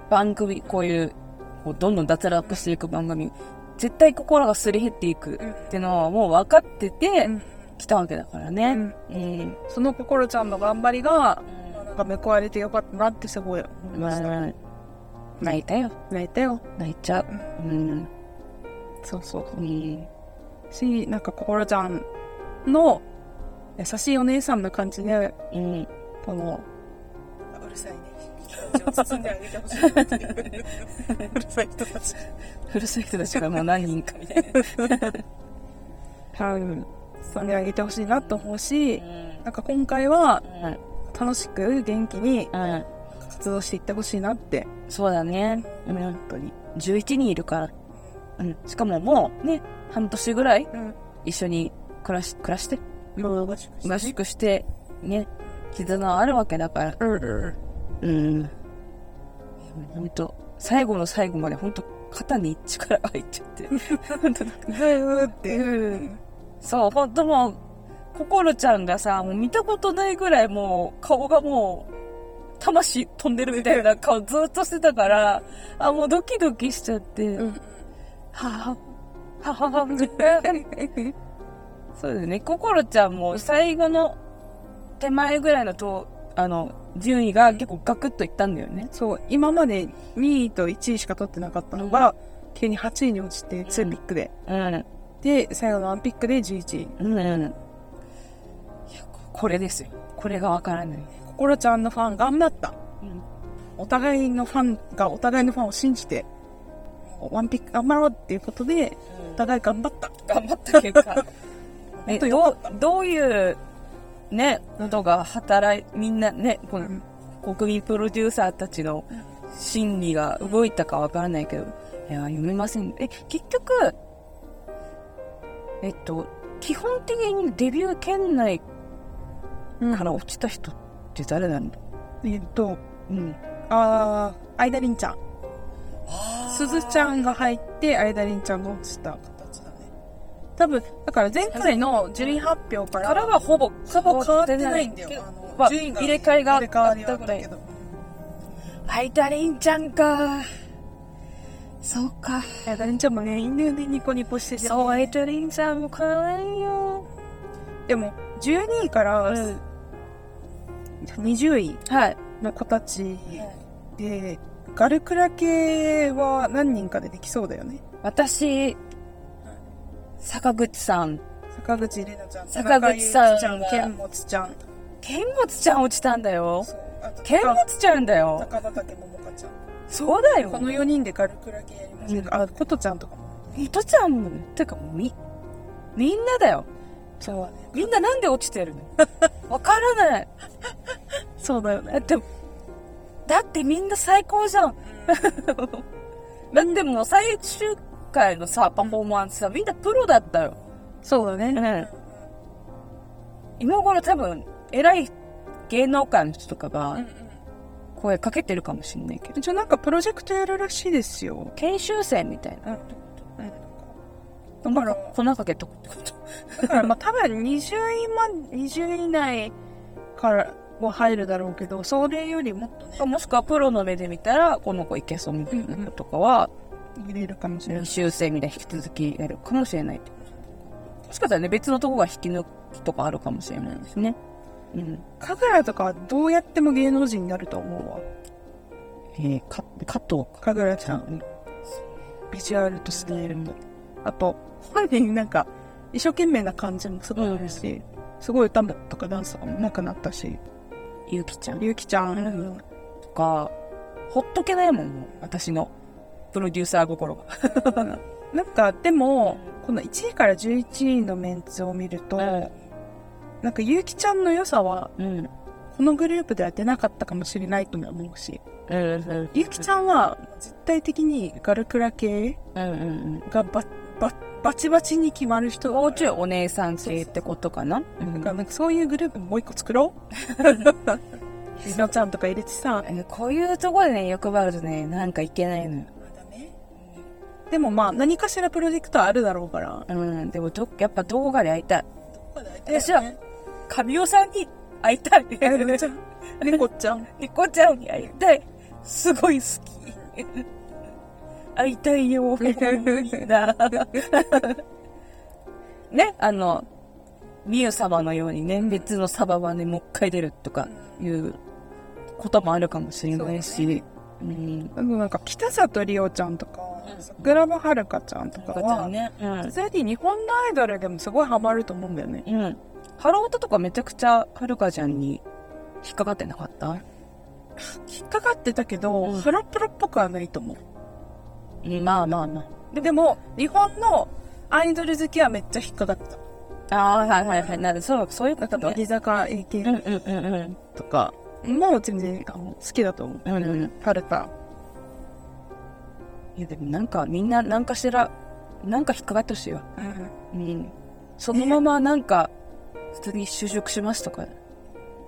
[SPEAKER 2] 番組、こういう、こうどんどん脱落していく番組、絶対心がすり減っていくってのはもう分かってて来たわけだからね。うん。
[SPEAKER 1] その心ちゃんの頑張りが、なんか報われてよかったなってすごい思いま
[SPEAKER 2] ま
[SPEAKER 1] した、
[SPEAKER 2] あ、泣いたよ。
[SPEAKER 1] 泣いたよ
[SPEAKER 2] 泣いちゃう。うん。
[SPEAKER 1] そうそうそ
[SPEAKER 2] うん。
[SPEAKER 1] うしなんか心ちゃんの優しいお姉さんの感じで
[SPEAKER 2] うん。
[SPEAKER 1] このうるさいね包んであげてほ しいうるさい人たち
[SPEAKER 2] 古い人たちがもう何人かみたいな。
[SPEAKER 1] うん、それあげてほしいなと思うし
[SPEAKER 2] う、ん。
[SPEAKER 1] なんか今回は
[SPEAKER 2] うん。
[SPEAKER 1] 楽しく元気に
[SPEAKER 2] うん。
[SPEAKER 1] 活動していってほしいなって。
[SPEAKER 2] そうだね。うん、本当に。11人いるから。うん。しかももうね、半年ぐらい
[SPEAKER 1] うん。
[SPEAKER 2] 一緒に暮らし、暮らして
[SPEAKER 1] もう合宿
[SPEAKER 2] 合宿して、ね、絆はあるわけだから。うん。ほんと、最後の最後までほんと肩に力が入っちゃって。
[SPEAKER 1] うって。うん。
[SPEAKER 2] そう、ほんともう、心ちゃんがさ、もう見たことないぐらいもう、顔がもう、魂飛んでるみたいな顔ずっとしてたから、あ、もうドキドキしちゃって、
[SPEAKER 1] うん
[SPEAKER 2] はぁ、はぁ、はぁ、みたいなそうだよね。心ちゃんも最後の手前ぐらいのと、あの、順位が結構ガクッといったんだよね。
[SPEAKER 1] そう、今まで2位と1位しか取ってなかったのが、急に8位に落ちて2ピックで。
[SPEAKER 2] うん。
[SPEAKER 1] で、最後の1ピックで11位。
[SPEAKER 2] うん。いや、ここれですよ。これがわからない。
[SPEAKER 1] 心ちゃんのファン頑張った。
[SPEAKER 2] うん。
[SPEAKER 1] お互いのファンがお互いのファンを信じて、ワンピック頑張ろうっていうことで、お互い頑張った。
[SPEAKER 2] 頑張った 結果。え、
[SPEAKER 1] 本当よか
[SPEAKER 2] ど
[SPEAKER 1] っ
[SPEAKER 2] う、どういう、ね、ことが働い、みんなね、こ
[SPEAKER 1] うん
[SPEAKER 2] の、国民プロデューサーたちの心理が動いたかわからないけど、いや、読めません。え、結局、えっと、基本的にデビュー圏内
[SPEAKER 1] うん
[SPEAKER 2] から落ちた人って誰なんだ
[SPEAKER 1] えっと、
[SPEAKER 2] うん。
[SPEAKER 1] ああ、いだりんちゃん。すずちゃんが入って、あいだりんちゃんが落ちた形だね。多分、だから前回の順位発表から、
[SPEAKER 2] からはほぼ、
[SPEAKER 1] ほぼ変わってないんだ
[SPEAKER 2] けど
[SPEAKER 1] よ。あの
[SPEAKER 2] まあ
[SPEAKER 1] 順位が
[SPEAKER 2] 入れ替えがあ
[SPEAKER 1] 入れ替わりは
[SPEAKER 2] あ
[SPEAKER 1] あ
[SPEAKER 2] っ
[SPEAKER 1] ったた
[SPEAKER 2] ぐらい
[SPEAKER 1] けど。
[SPEAKER 2] ハイタリンちゃんか。そうか。
[SPEAKER 1] あいだりんちゃんもね、いいんだよね、ニコニコしてて。
[SPEAKER 2] そう、ハイタリンちゃんも可愛いよ。
[SPEAKER 1] でも12位から
[SPEAKER 2] うん
[SPEAKER 1] 20位
[SPEAKER 2] はい。
[SPEAKER 1] の子たちで、ガルクラ系は何人かでできそうだよね
[SPEAKER 2] 私、坂口さん。
[SPEAKER 1] 坂口玲奈ちゃん
[SPEAKER 2] 坂口さん
[SPEAKER 1] 田中裕一ちゃん剣持ちゃん
[SPEAKER 2] 剣持ちゃん落ちたんだよ。
[SPEAKER 1] そうあと
[SPEAKER 2] 剣持ちゃんだよ。
[SPEAKER 1] 高畑桃香ちゃん
[SPEAKER 2] そうだ
[SPEAKER 1] こ
[SPEAKER 2] よ。
[SPEAKER 1] の4人でガルクラ系やりましょうか、あ琴ちゃんとかも
[SPEAKER 2] ミトちゃんも、てかもうみ、みんなだよ。
[SPEAKER 1] そうだね
[SPEAKER 2] みんななんで落ち てるのわからない。
[SPEAKER 1] そうだよ
[SPEAKER 2] だって、だってみんな最高じゃん。だってもう最終回のさ、パフォーマンスさ、みんなプロだったよ。
[SPEAKER 1] そうだね
[SPEAKER 2] 今頃多分、偉い芸能界の人とか
[SPEAKER 1] うん
[SPEAKER 2] が声かけてるかもしんないけど。
[SPEAKER 1] うん、じゃあなんかプロジェクトやるらしいですよ。
[SPEAKER 2] 研修生みたいな。
[SPEAKER 1] うん、
[SPEAKER 2] だから、粉かけとくってこと。
[SPEAKER 1] だからまあ多分20位ま20位以内からも入るだろうけど、それよりもっとね、
[SPEAKER 2] もしくはプロの目で見たら、この子いけそうみたいなのとかは、
[SPEAKER 1] 入れるかもしれない。
[SPEAKER 2] 修正みたいな引き続きやるかもしれないってこと。もしかしたらね、別のとこが引き抜きとかあるかもしれないですね。うん。
[SPEAKER 1] 神楽とかはどうやっても芸能人になると思うわ。
[SPEAKER 2] えー、か、加藤か。
[SPEAKER 1] 神楽ちゃん。
[SPEAKER 2] ん。
[SPEAKER 1] ビジュアルとスタイルと。あと、本人なんか、一生懸命な感じもすごいあるし、すごい歌とかダンスとかも上手くなったし、
[SPEAKER 2] ゆきちゃん
[SPEAKER 1] ゆうきちゃん、
[SPEAKER 2] とか、ほっとけないもん、もう私の。プロデューサー心が。
[SPEAKER 1] なんかでも、この1位から11位のメンツを見ると、なんかゆうきちゃんの良さは、
[SPEAKER 2] うん。
[SPEAKER 1] このグループでは出なかったかもしれないとも思うし、
[SPEAKER 2] うん。
[SPEAKER 1] ゆうきちゃんは絶対的にガルクラ系
[SPEAKER 2] うんうんうん。
[SPEAKER 1] がバババチバチに決まる人
[SPEAKER 2] も
[SPEAKER 1] を
[SPEAKER 2] うちょいお姉さん系ってことかなうん
[SPEAKER 1] なんかそういうグループもう一個作ろう りのちゃんとか入れてさ
[SPEAKER 2] えーこういうとこでね、欲張るとね、なんかいけないのよ。
[SPEAKER 1] でもまあ何かしらプロジェクトはあるだろうから
[SPEAKER 2] うん、でもど、やっぱどこかで会いたい。私
[SPEAKER 1] 私
[SPEAKER 2] は
[SPEAKER 1] は、
[SPEAKER 2] 神尾さんに会いたい。
[SPEAKER 1] 猫 ちゃん猫ちゃん
[SPEAKER 2] 猫ちゃんに会いたい。すごい好き。会いたい よ。みんなね、あの、ミユ様のようにね、別のサバはね、もう一回出るとかいうこともあるかもしれないし、うん。
[SPEAKER 1] あとなんか北里りおちゃんとか桜庭遥ちゃんとかは
[SPEAKER 2] ね、うん
[SPEAKER 1] 普。通に日本のアイドルでもすごいハマると思うんだよね
[SPEAKER 2] うん。ハロートとかめちゃくちゃはるかちゃんに引っかかってなかった
[SPEAKER 1] 引っかかってたけど、
[SPEAKER 2] うん
[SPEAKER 1] ハロプロっぽくはないと思
[SPEAKER 2] まあまあま
[SPEAKER 1] うででも日本のアイドル好きはめっちゃ引っかかってた
[SPEAKER 2] あ。ああ、はいはいはい。なるそう、そういうこ
[SPEAKER 1] だ
[SPEAKER 2] と
[SPEAKER 1] から
[SPEAKER 2] ね。
[SPEAKER 1] 乃木坂
[SPEAKER 2] うん
[SPEAKER 1] AK
[SPEAKER 2] うんうんうん。
[SPEAKER 1] とかもう全然あの好きだと思う
[SPEAKER 2] うんうん。
[SPEAKER 1] ハルタ
[SPEAKER 2] いやでもなんかみんななんかしら、なんか引っかかってほしいわ。うん。そのままなんか、普通に就職しますとか、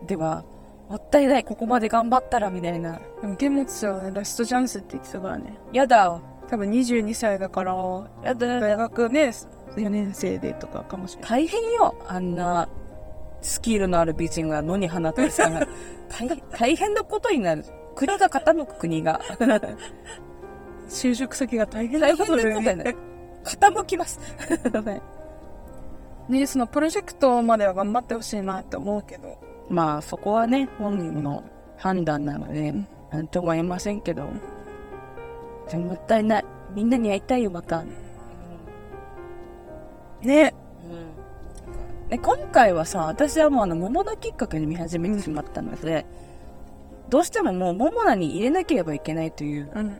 [SPEAKER 2] では、もったいない、ここまで頑張ったら、みたいな。
[SPEAKER 1] でも剣持ちゃんはねラストチャンスって言ってたからね
[SPEAKER 2] やだ、
[SPEAKER 1] 多分22歳だから
[SPEAKER 2] やだ、
[SPEAKER 1] 大学ね4年生でとかかもしれない
[SPEAKER 2] 大変よ。あんな、スキルのある美人が野に放たれてたら、大変、大変なことになる。国が傾く国が。
[SPEAKER 1] 就職先が大変な
[SPEAKER 2] 大
[SPEAKER 1] こ
[SPEAKER 2] 変なこと
[SPEAKER 1] と
[SPEAKER 2] に
[SPEAKER 1] だよ
[SPEAKER 2] な
[SPEAKER 1] ね
[SPEAKER 2] る。傾きます。
[SPEAKER 1] ねそのプロジェクトまでは頑張ってほしいなって思うけど
[SPEAKER 2] まあ、そこはね、本人の判断なので、なんとも言えませんけど、でももったいない。みんなに会いたいよ、また。
[SPEAKER 1] ね
[SPEAKER 2] で今回はさ、私はもうあの、桃田きっかけに見始めてしまったので、どうしてももう桃田に入れなければいけないという
[SPEAKER 1] うん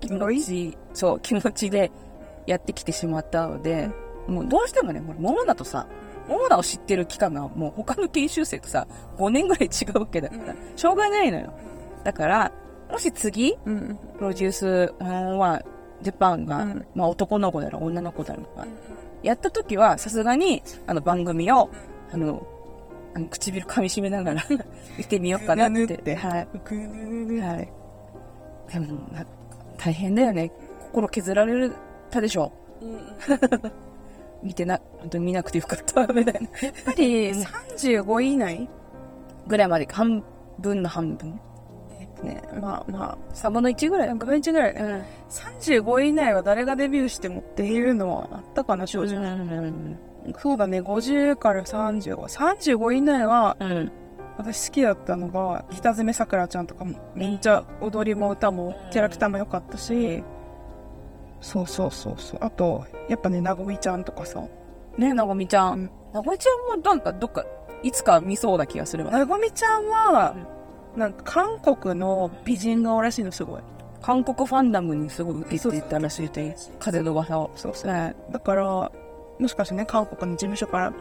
[SPEAKER 2] 気持ち、そう、気持ちでやってきてしまったので、もうどうしてもね、もう桃田とさ、桃田を知ってる期間がもう他の研修生とさ、5年ぐらい違うわけだから、しょうがないのよ。だから、もし次、
[SPEAKER 1] うん
[SPEAKER 2] プロデュースうんは、ジャパンが、
[SPEAKER 1] うん
[SPEAKER 2] まあ男の子だろう、女の子だろうが、やった時は、さすがに、あの番組を、あの、あの唇噛み締めながら、見てみようかなって。
[SPEAKER 1] ぬぬって
[SPEAKER 2] はい。
[SPEAKER 1] ぐぬぬ
[SPEAKER 2] はい。でも、な大変だよね。心削られたでしょ。 見てな、本当に見なくてよかった、 みたいな。やっぱり、
[SPEAKER 1] 35位以内
[SPEAKER 2] ぐらいまで、半分の半分。ね。
[SPEAKER 1] まあま
[SPEAKER 2] 3分の1ぐら
[SPEAKER 1] あ、
[SPEAKER 2] い。
[SPEAKER 1] 100分1ぐらいね。
[SPEAKER 2] ん。
[SPEAKER 1] 35位以内は誰がデビューしてもっていうのはあったかな、正直。
[SPEAKER 2] うん。
[SPEAKER 1] そうだね、50から35。35以内は、
[SPEAKER 2] うん。
[SPEAKER 1] 私好きだったのが、北爪さくらちゃんとかも、めっちゃ踊りも歌も、キャラクターも良かったし、そうそうそうそう。あと、やっぱね、なごみちゃんとかさ。
[SPEAKER 2] ねなごみちゃ
[SPEAKER 1] うん
[SPEAKER 2] ん。なごみちゃんもなんかどっか、いつか見そうな気がするわ。
[SPEAKER 1] なごみちゃんは、なんか韓国の美人顔らしいの、すごい。
[SPEAKER 2] 韓国ファンダムにすごい受けていたらしいで、風の噂を。
[SPEAKER 1] そうですね。だから、もしかしてね、韓国の事務所から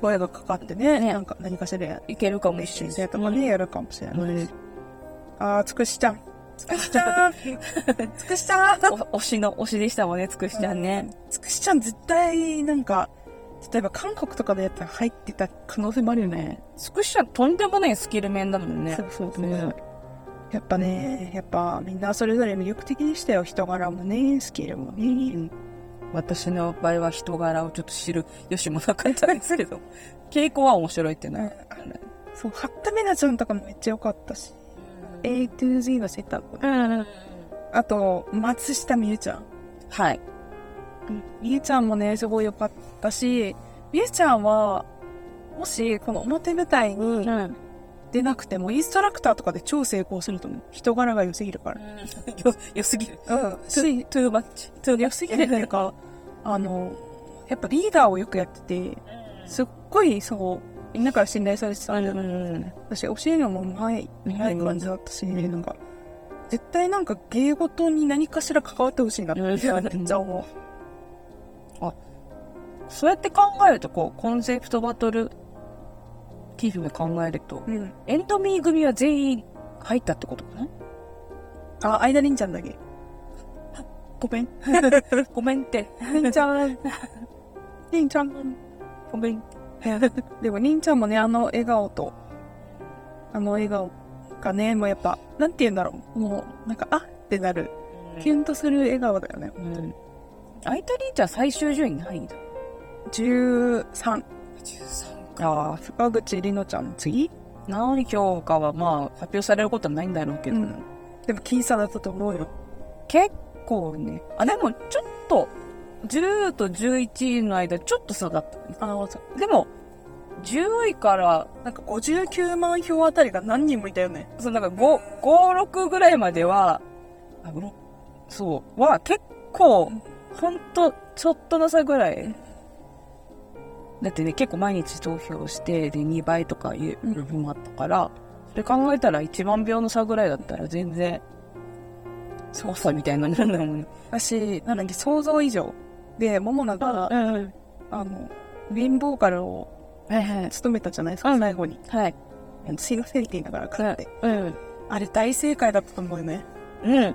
[SPEAKER 1] 声がかかってね、
[SPEAKER 2] ね
[SPEAKER 1] なんか何かしら、
[SPEAKER 2] いけるかも
[SPEAKER 1] 一
[SPEAKER 2] しれ
[SPEAKER 1] 瞬
[SPEAKER 2] ない
[SPEAKER 1] 生。とかね、やるかもしれない。
[SPEAKER 2] うん
[SPEAKER 1] あー、つくしちゃん。つくしちゃん。 つくしちゃん。
[SPEAKER 2] お推しの推しでしたもんね、つくしちゃんね。
[SPEAKER 1] つくしちゃん絶対、なんか、例えば韓国とかでやったら入ってた可能性もあるよね。
[SPEAKER 2] つくしちゃんとんでもないスキル面だもんね
[SPEAKER 1] そ。うそうそう。やっぱね、やっぱみんなそれぞれ魅力的でしたよ。人柄もね、スキルもね。
[SPEAKER 2] 私の場合は人柄をちょっと知るよしもなかったですけど、傾向は面白いって
[SPEAKER 1] うん
[SPEAKER 2] な。
[SPEAKER 1] そう、ハッタメナちゃんとかもめっちゃ良かったし。A to Z のセットアップ
[SPEAKER 2] うん。
[SPEAKER 1] あと、松下美優ちゃん。
[SPEAKER 2] はい。
[SPEAKER 1] 美優ちゃんもね、すごい良かったし、美優ちゃんは、もし、この表舞台に
[SPEAKER 2] ん。
[SPEAKER 1] 出なくても、インストラクターとかで超成功すると思う。人柄が良すぎるから。
[SPEAKER 2] よ、良すぎる。
[SPEAKER 1] うん。し、
[SPEAKER 2] too much. too
[SPEAKER 1] 良すぎるっていうか、あの、やっぱリーダーをよくやってて、すっごい、そう、みんなから信頼されてたんだよね
[SPEAKER 2] ん。
[SPEAKER 1] 私教えるのもうまい、うまい感じだったし、なんか、絶対なんか芸事に何かしら関わってほしいなって、めっちゃ思う。
[SPEAKER 2] そうやって考えると、こう、コンセプトバトル、寄付で考えると、
[SPEAKER 1] うん。
[SPEAKER 2] エントミー組は全員入ったってことかな
[SPEAKER 1] あ、間凛ちゃんだけ。
[SPEAKER 2] ごめん。ごめんって。
[SPEAKER 1] 凛ちゃ ん。凛ちゃん。
[SPEAKER 2] ごめん。
[SPEAKER 1] でも凛ちゃんもね、あの笑顔と、あの笑顔がね、もうやっぱ、なんて言うんだろう。もう、なんか、あってなる。キュンとする笑顔だよね。
[SPEAKER 2] うん。アイトリーちゃん最終順位何位だ
[SPEAKER 1] 13。
[SPEAKER 2] ?13 か。
[SPEAKER 1] 坂口里乃ちゃん、次
[SPEAKER 2] 直り評価はまあ、発表されることはないんだろうけ
[SPEAKER 1] う
[SPEAKER 2] ど、
[SPEAKER 1] ん。でも、僅差だったと思うよ。
[SPEAKER 2] 結構ね。あ、でも、ちょっと、10と11位の間、ちょっと差だったね。
[SPEAKER 1] あの、
[SPEAKER 2] でも、10位から、
[SPEAKER 1] なんか59万票あたりが何人もいたよね。
[SPEAKER 2] そのなんか5、5、6ぐらいまでは、あ、ろそう、は結構、ほんと、ちょっとの差ぐらい。だってね、結構毎日投票して、で、2倍とかいう部分もあったから、それ考えたら1万票の差ぐらいだったら全然、操作みたいなのになるんだもんね。
[SPEAKER 1] 私、なんだっけ、想像以上。で、桃菜が、
[SPEAKER 2] うん。
[SPEAKER 1] あの、メインボーカルを
[SPEAKER 2] はいはい。
[SPEAKER 1] 務めたじゃないですか、最後に。
[SPEAKER 2] はい。
[SPEAKER 1] シンガーセリティだから勝って。
[SPEAKER 2] うん。
[SPEAKER 1] あれ大正解だったと思うよね。
[SPEAKER 2] うん。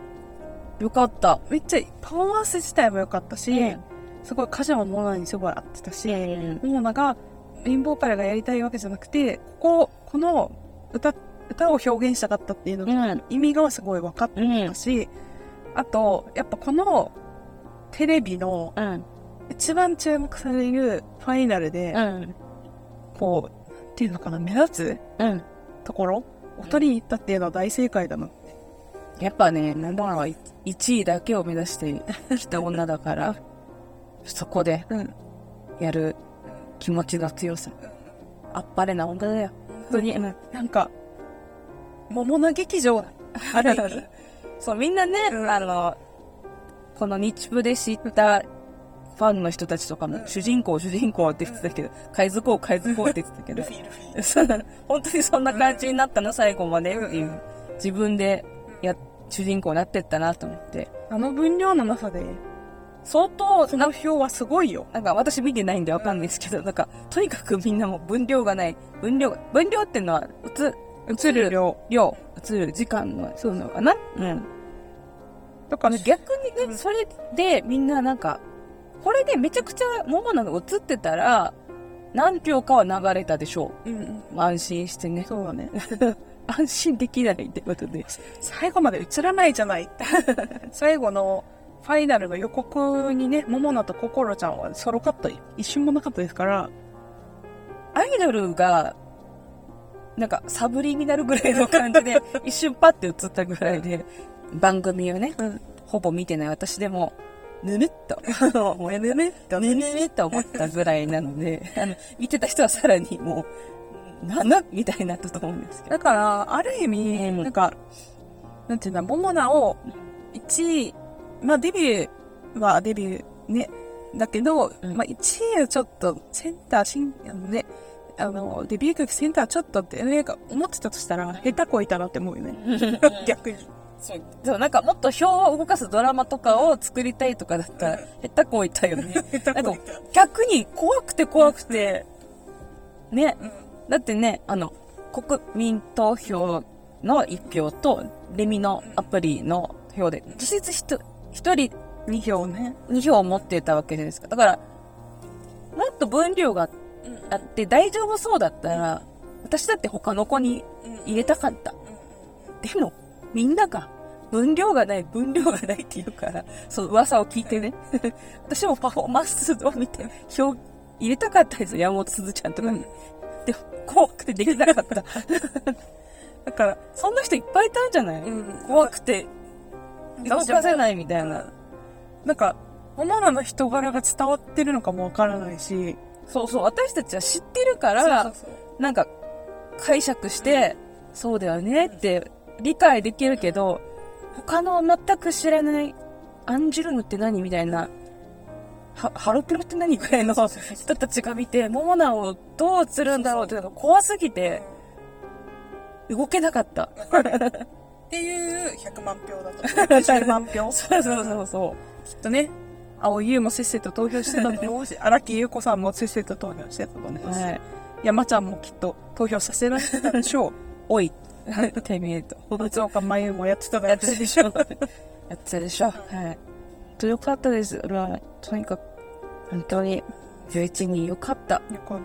[SPEAKER 2] よかった。
[SPEAKER 1] めっちゃパフォーマンス自体も良かったし、
[SPEAKER 2] うん
[SPEAKER 1] すごい歌詞もモナにすごい合ってたし、
[SPEAKER 2] うん
[SPEAKER 1] モナがレインボーカルがやりたいわけじゃなくて、ここ、この歌、歌を表現したかったっていうの
[SPEAKER 2] う
[SPEAKER 1] が、
[SPEAKER 2] ん。
[SPEAKER 1] 意味がすごい分かっ
[SPEAKER 2] うん
[SPEAKER 1] た。し、あと、やっぱこのテレビの
[SPEAKER 2] うん。
[SPEAKER 1] 一番注目されるファイナルで、
[SPEAKER 2] うん。
[SPEAKER 1] こう、なんていうのかな、目立
[SPEAKER 2] うん。
[SPEAKER 1] つところを取りに行ったっていうのは大正解だな。
[SPEAKER 2] やっぱね、ナンバーは1位だけを目指してきた女だから、そこで
[SPEAKER 1] うん。
[SPEAKER 2] やる気持ちの強さ。あっぱれな女だよ。
[SPEAKER 1] 本当に、なんか、桃の劇場ある ある。
[SPEAKER 2] そう、みんなね、あの、この日プで知ったファンの人たちとかも、主人公、主人公って言ってたけど、海賊王、海賊王って言ってたけど、そう 本当にそんな感じになったの、最後までっていう。自分でや、主人公になってったなと思って。
[SPEAKER 1] あの分量の中で、
[SPEAKER 2] 相当、
[SPEAKER 1] その票はすごいよ。
[SPEAKER 2] なんか私見てないんでわかんないですけど、なんか、とにかくみんなもう分量がない。分量が、分量ってのは、うつ、映る量、量、映る時間の、そうなのかなうん。
[SPEAKER 1] とかね、
[SPEAKER 2] 逆にね、それでみんななんか、これでめちゃくちゃ桃菜が映ってたら、何票かは流れたでしょ
[SPEAKER 1] うん、
[SPEAKER 2] う。安心してね。
[SPEAKER 1] そうだね。
[SPEAKER 2] 安心できないってことで。
[SPEAKER 1] 最後まで映らないじゃない。 最後のファイナルの予告にね、桃菜と心ちゃんはソロカット一瞬もなかったですから、
[SPEAKER 2] アイドルが、なんかサブリミナルぐらいの感じ で、一瞬パッて映ったぐらいで、番組をね、
[SPEAKER 1] うん
[SPEAKER 2] ほぼ見てない私でも、ぬぬっ と、もうぬぬっと、ぬぬぬっと思ったぐらいなの で、あの、見てた人はさらにもう、なんだみたいになったと思うんですけど。
[SPEAKER 1] だから、ある意味、
[SPEAKER 2] うん
[SPEAKER 1] なんか、なんていうんだ、モモナを1位、まあデビューはデビューね、だけど、
[SPEAKER 2] うん
[SPEAKER 1] まあ1位はちょっとセンター、しんあのね、あの、デビュー曲センターちょっとって、なんか思ってたとしたら、下手こいたなって思うよね。 逆に。
[SPEAKER 2] そう。でもなんかもっと票を動かすドラマとかを作りたいとかだったら、 下手こいたよね。
[SPEAKER 1] 下
[SPEAKER 2] な
[SPEAKER 1] 手こ
[SPEAKER 2] んか
[SPEAKER 1] いた。
[SPEAKER 2] 逆に怖くて怖くて、ね、
[SPEAKER 1] うん
[SPEAKER 2] だってね、あの、国民投票の一票と、レミのアプリの票で、実質ひと一人
[SPEAKER 1] 2票ね。
[SPEAKER 2] 二票を持ってたわけじゃないですか。だから、もっと分量があって大丈夫そうだったら、私だって他の子に入れたかった。でも、みんなが、分量がない、分量がないって言うから、そう、噂を聞いてね。 私もパフォーマンスを見て、表、入れたかったですよ、山本すずちゃんとかに。でも、怖くてできなか った。だから、そんな人いっぱいいたんじゃない、
[SPEAKER 1] うん
[SPEAKER 2] 怖くて、動かせないみたいな。
[SPEAKER 1] なんか、モモナの人柄が伝わってるのかもわからないし、
[SPEAKER 2] そうそう、私たちは知ってるから、
[SPEAKER 1] そう
[SPEAKER 2] なんか、解釈して、そうだよねって理解できるけど、他の全く知らない、アンジュルムって何みたいな、はハロプロって何ぐらいの人たちが見て、モモナをどうするんだろうっていうのが怖すぎて、動けなかった。
[SPEAKER 1] っていう100万票だと。100万 票
[SPEAKER 2] そうそうそうそう。
[SPEAKER 1] きっとね、青井優もせっせと投票してた と思うし、荒木優子さんもせっせと投票してたと思うし、
[SPEAKER 2] はい
[SPEAKER 1] 山ちゃんもきっと投票させられてたでし ょう。
[SPEAKER 2] おい、てめえと。
[SPEAKER 1] 松岡真優もやってただ
[SPEAKER 2] や
[SPEAKER 1] ろ
[SPEAKER 2] っ
[SPEAKER 1] う
[SPEAKER 2] てた
[SPEAKER 1] し
[SPEAKER 2] でしょ。やってたでしょ。はい。とよかったです。俺はとにかく、本当に、11人よかった。
[SPEAKER 1] よかっ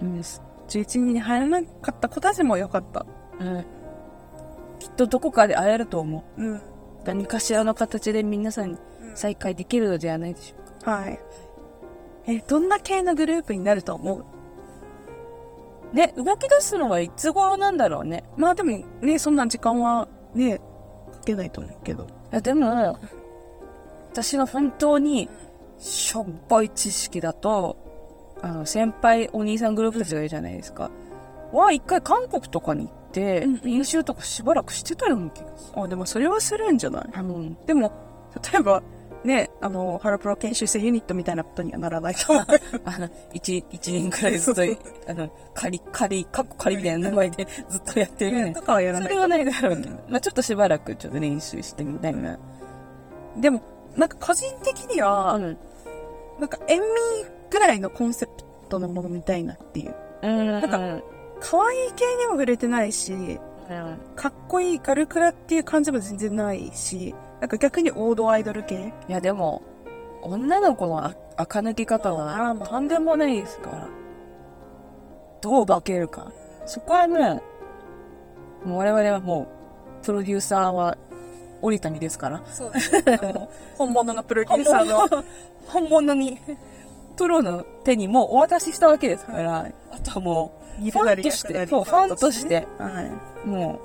[SPEAKER 1] た。
[SPEAKER 2] うん。
[SPEAKER 1] 11人に入らなかった子たちもよかった。
[SPEAKER 2] うんきっとどこかで会えると思う。
[SPEAKER 1] うん。
[SPEAKER 2] 何かしらの形で皆さんに再会できるのではないでしょうか。
[SPEAKER 1] はい。え、どんな系のグループになると思う
[SPEAKER 2] ね、動き出すのはいつ頃なんだろうね。
[SPEAKER 1] まあでもね、そんな時間はね、かけないと思うけど。
[SPEAKER 2] いや、でも、私が本当に、しょっぱい知識だと、あの、先輩お兄さんグループたちがいるじゃないですか。は、一回韓国とかに行って、練習とかしばらくしてたような気がす
[SPEAKER 1] あ、でもそれはするんじゃない
[SPEAKER 2] る。あの、
[SPEAKER 1] でも、例えば、ね、あの、ハロプロ研修生ユニットみたいなことにはならないと思う。
[SPEAKER 2] あの、一、一年くらい ずっと
[SPEAKER 1] そう、
[SPEAKER 2] あの、仮、仮、かっこ仮みたいな名前で ずっとやってるよね
[SPEAKER 1] と。かはやら
[SPEAKER 2] そ
[SPEAKER 1] な
[SPEAKER 2] れ
[SPEAKER 1] い。
[SPEAKER 2] はないだろうね。まあちょっとしばらくちょっと練習してみたいな。
[SPEAKER 1] でも、なんか個人的には、
[SPEAKER 2] ん。
[SPEAKER 1] なんか塩味ぐらいのコンセプトのものみたいなっていう。
[SPEAKER 2] うん。なんか、
[SPEAKER 1] 可愛い系にも触れてないし、かっこいいガルクラっていう感じも全然ないし、なんか逆に王道アイドル系
[SPEAKER 2] いやでも、女の子のあ垢抜け方は、
[SPEAKER 1] あーまあ
[SPEAKER 2] とんでもないですから。どう化けるか。そこはね、もう我々はもう、プロデューサーは、折谷ですから。
[SPEAKER 1] そう本物のプロデューサーの。
[SPEAKER 2] 本物に、プロの手にもうお渡ししたわけですから、あとはもう、ファンとして、そう、ファンとして、
[SPEAKER 1] はい。
[SPEAKER 2] も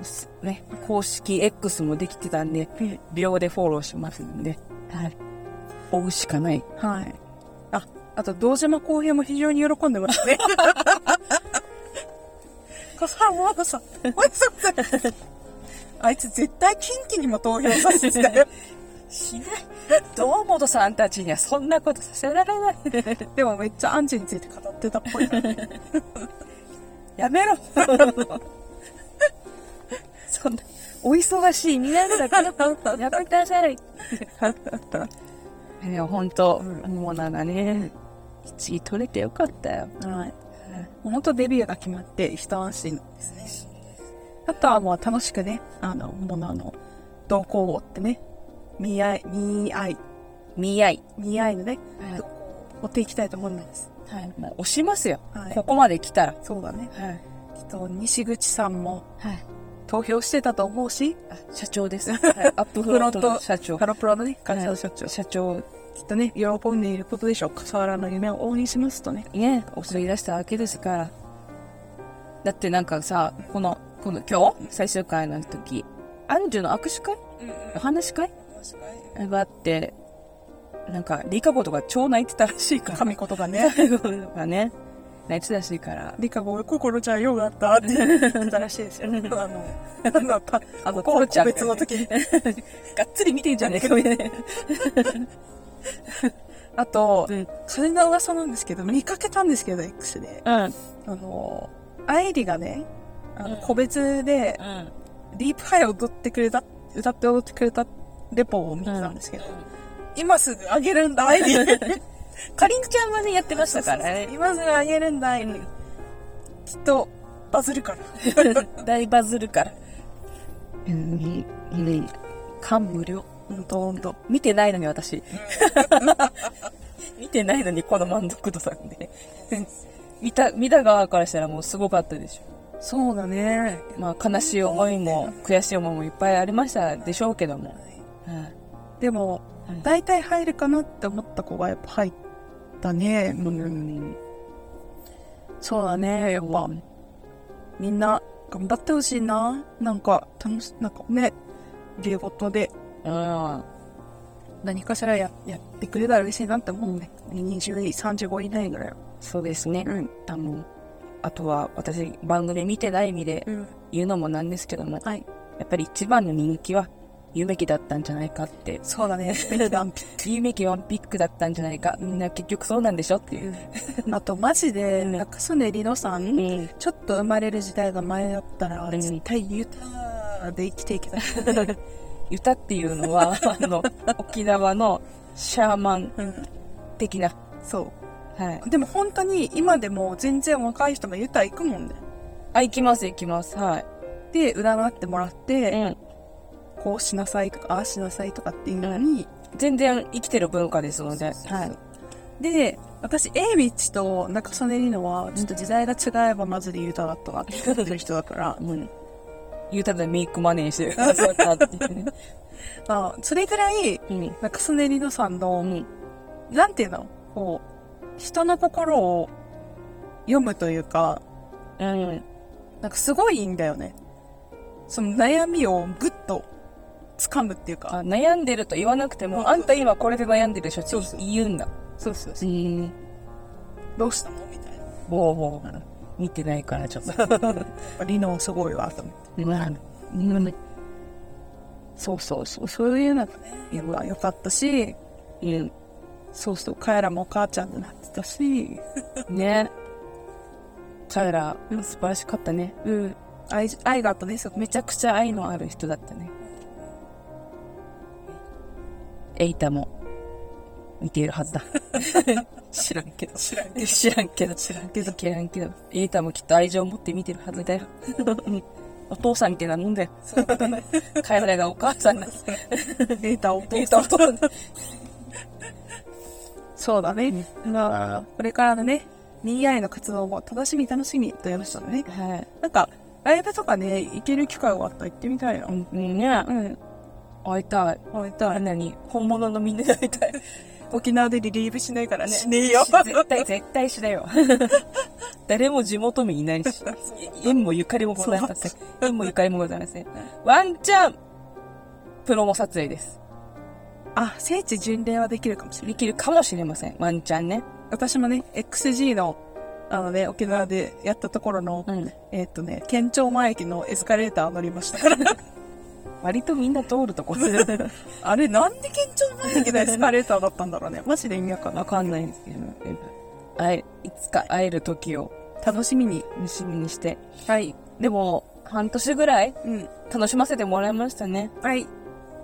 [SPEAKER 2] う、すね、公式 X もできてたんで、秒でフォローしますんで、はい。追うしかない。
[SPEAKER 1] はい。あ、あと、堂島康平も非常に喜んでます ね。こさ、もうこさ、おいささ。あいつ絶対近畿にも投票させてた よ。
[SPEAKER 2] しない。 堂本さんたちにはそんなことさせられない。
[SPEAKER 1] でもめっちゃアンジェについて語ってたっぽいな。
[SPEAKER 2] やめろ。 そんな、お忙しい皆さん から、やめてください。 いや、ほんと、もうなんかね、次取れてよかったよ。
[SPEAKER 1] はい。本当デビューが決まって一安心ですね。あとはもう楽しくね、あの、ものあの、同行を追ってね、見合い、見合い、
[SPEAKER 2] 見合い。
[SPEAKER 1] 見合いのね、
[SPEAKER 2] はい
[SPEAKER 1] 同行を追っていきたいと思います。
[SPEAKER 2] はい。もう押しますよ。
[SPEAKER 1] はい
[SPEAKER 2] ここまで来たら。
[SPEAKER 1] そうだね。
[SPEAKER 2] はい。
[SPEAKER 1] きっと、西口さんも
[SPEAKER 2] はい。
[SPEAKER 1] 投票してたと思うし、
[SPEAKER 2] あ社長です。はい、アップフロントの社長。
[SPEAKER 1] ハロプロのね、会社の
[SPEAKER 2] はい
[SPEAKER 1] 社長、
[SPEAKER 2] 社長、
[SPEAKER 1] きっとね、喜んでいることでしょう。笠原の夢を応援しますとね。
[SPEAKER 2] ね、送り出したわけですから。だってなんかさ、この、この今日、最終回の時、アンジュの握手会
[SPEAKER 1] うんうん
[SPEAKER 2] お話し会
[SPEAKER 1] 確かに
[SPEAKER 2] があって、なんか、リカゴとか超泣いてたらしいから。
[SPEAKER 1] 神子とかね
[SPEAKER 2] リカゴとかね、泣いてたらしいから。
[SPEAKER 1] リカゴ心ちゃんようだったって言ったらしいですよあのあのパ
[SPEAKER 2] あの
[SPEAKER 1] 心ちゃん
[SPEAKER 2] コロ
[SPEAKER 1] ね
[SPEAKER 2] ちゃんね がっつり見てんじゃねえかみたいな。
[SPEAKER 1] あと、
[SPEAKER 2] うん
[SPEAKER 1] 風の噂なんですけど見かけたんですけど X で
[SPEAKER 2] うん。
[SPEAKER 1] あの愛理がねあの
[SPEAKER 2] うん
[SPEAKER 1] 個別で
[SPEAKER 2] うん。
[SPEAKER 1] 「ディープハイを踊ってくれた歌って踊ってくれたレポを見てたんですけど、今すぐあげるんだ愛理
[SPEAKER 2] かりんちゃんはね、やってましたからね。
[SPEAKER 1] 今すぐあげるんだ愛理、
[SPEAKER 2] うん
[SPEAKER 1] きっとバズるから
[SPEAKER 2] 大バズるから。うん、うん。感無量。
[SPEAKER 1] ほんとほんと
[SPEAKER 2] 見てないのに私。 見てないのにこの満足度さんで。 見た、見た側からしたらもうすごかったでしょ。
[SPEAKER 1] そうだね
[SPEAKER 2] まあ悲しい思いも、悔しい思いもいっぱいありましたでしょうけども。うん
[SPEAKER 1] でも、
[SPEAKER 2] うん
[SPEAKER 1] 大体入るかなって思った子がやっぱ入ったね。そうだね、やっぱ。みんな頑張ってほしいな。なんか、楽し、なんかね、芸事で
[SPEAKER 2] うん。
[SPEAKER 1] 何かしらややってくれたら嬉しいなって思うね。20位、35位以内ぐらいは。
[SPEAKER 2] そうですね。
[SPEAKER 1] うん。
[SPEAKER 2] あの、あとは私、番組見てない意味で
[SPEAKER 1] うん。
[SPEAKER 2] 言うのもなんですけども、
[SPEAKER 1] はい。
[SPEAKER 2] やっぱり一番の人気は、言うべきだったんじゃないかって。
[SPEAKER 1] そう だね。
[SPEAKER 2] 言うべきワンピックだったんじゃないか。みんな結局そうなんでしょっていう。
[SPEAKER 1] あと、マジで、
[SPEAKER 2] うん
[SPEAKER 1] 中曽根里乃さん、
[SPEAKER 2] うん
[SPEAKER 1] ちょっと生まれる時代が前だったら、
[SPEAKER 2] ん
[SPEAKER 1] 絶対ユタで生きていけた。
[SPEAKER 2] 歌っていうの は、あの、沖縄のシャーマン
[SPEAKER 1] うん。
[SPEAKER 2] 的な。
[SPEAKER 1] そう。
[SPEAKER 2] はい。
[SPEAKER 1] でも本当に今でも全然若い人もユタ行くもんね。
[SPEAKER 2] あ、行きます行きます。はい。
[SPEAKER 1] で、占ってもらって、
[SPEAKER 2] うん。
[SPEAKER 1] こうしなさいとか、ああしなさいとかっていうのに、
[SPEAKER 2] 全然生きてる文化ですので。はい。
[SPEAKER 1] い。で、私、エイビッチと中曽根里乃は、ちょっと時代が違えばマジでユタだったなって言ってる人だから、
[SPEAKER 2] うん。言うたらメイクマネーしてるから、 そうかっていうね。
[SPEAKER 1] まあ、それぐらい、
[SPEAKER 2] うん。
[SPEAKER 1] 中曽根里乃さんの、
[SPEAKER 2] うん。
[SPEAKER 1] なんていうのこう、人の心を読むというか、
[SPEAKER 2] うん。
[SPEAKER 1] なんかすごいいいんだよね。その悩みをぐっと掴むっていう
[SPEAKER 2] あ
[SPEAKER 1] か、
[SPEAKER 2] 悩んでると言わなくても、あんた今これで悩んでるでしょって
[SPEAKER 1] そうそう
[SPEAKER 2] 言うんだ。
[SPEAKER 1] そうそうそうう。
[SPEAKER 2] ん。
[SPEAKER 1] どうしたのみたいな。
[SPEAKER 2] ぼうぼう。見てないからちょっと。
[SPEAKER 1] リノすごいわと思って。
[SPEAKER 2] うん。そうそうそう。
[SPEAKER 1] そういうのがね、よかったし、
[SPEAKER 2] うん。
[SPEAKER 1] そうそう、カエラもお母ちゃんになってたし、
[SPEAKER 2] ね。彼ら、素晴らしかったね。
[SPEAKER 1] うん、愛じ愛があったね、すごい
[SPEAKER 2] めちゃくちゃ愛のある人だったね。エイタも、見ているはず だ。知らんけど。
[SPEAKER 1] 知らんけど
[SPEAKER 2] 知らんけど、知らんけど。知らんけど。エイタもきっと愛情を持って見てるはず だよ。うんお父さんみたいなもんだよ。カエラがお母さんだ。
[SPEAKER 1] データを
[SPEAKER 2] エイタお父さんだ。
[SPEAKER 1] そうだね。まあ、これからのね、2i の活動も楽しみ楽しみとやりましたね。
[SPEAKER 2] はい。
[SPEAKER 1] なんか、ライブとかね、行ける機会があったら行ってみたいな。
[SPEAKER 2] うんね
[SPEAKER 1] うん、
[SPEAKER 2] 会いたい。
[SPEAKER 1] 会いた
[SPEAKER 2] あ
[SPEAKER 1] い。
[SPEAKER 2] なに、本物のみんなに会いたい。
[SPEAKER 1] 沖縄でリリーブしないからね。
[SPEAKER 2] し
[SPEAKER 1] ねえよ
[SPEAKER 2] 絶対、絶対しだよ。 誰も地元民いないし、縁もゆかりもございません
[SPEAKER 1] そ。
[SPEAKER 2] 縁もゆかりもございません。ワンチャン、プロモ撮影です。
[SPEAKER 1] あ、聖地巡礼はできるかもしれない。
[SPEAKER 2] できるかもしれません。ワンチャンね。
[SPEAKER 1] 私もね、XG の、あのね、沖縄でやったところの、
[SPEAKER 2] うん
[SPEAKER 1] えーっとね、県庁前駅のエスカレーター乗りましたから。
[SPEAKER 2] 割とみんな通るとこ。わ
[SPEAKER 1] あれ、なんで県庁前駅のエスカレーターだったんだろうね。マジで意味わかんない。
[SPEAKER 2] かんないんですけど、会え、いつか会える時を
[SPEAKER 1] 楽しみに。
[SPEAKER 2] 楽しみにして。
[SPEAKER 1] はい。
[SPEAKER 2] でも、半年ぐらい
[SPEAKER 1] うん。
[SPEAKER 2] 楽しませてもらいましたね。
[SPEAKER 1] はい。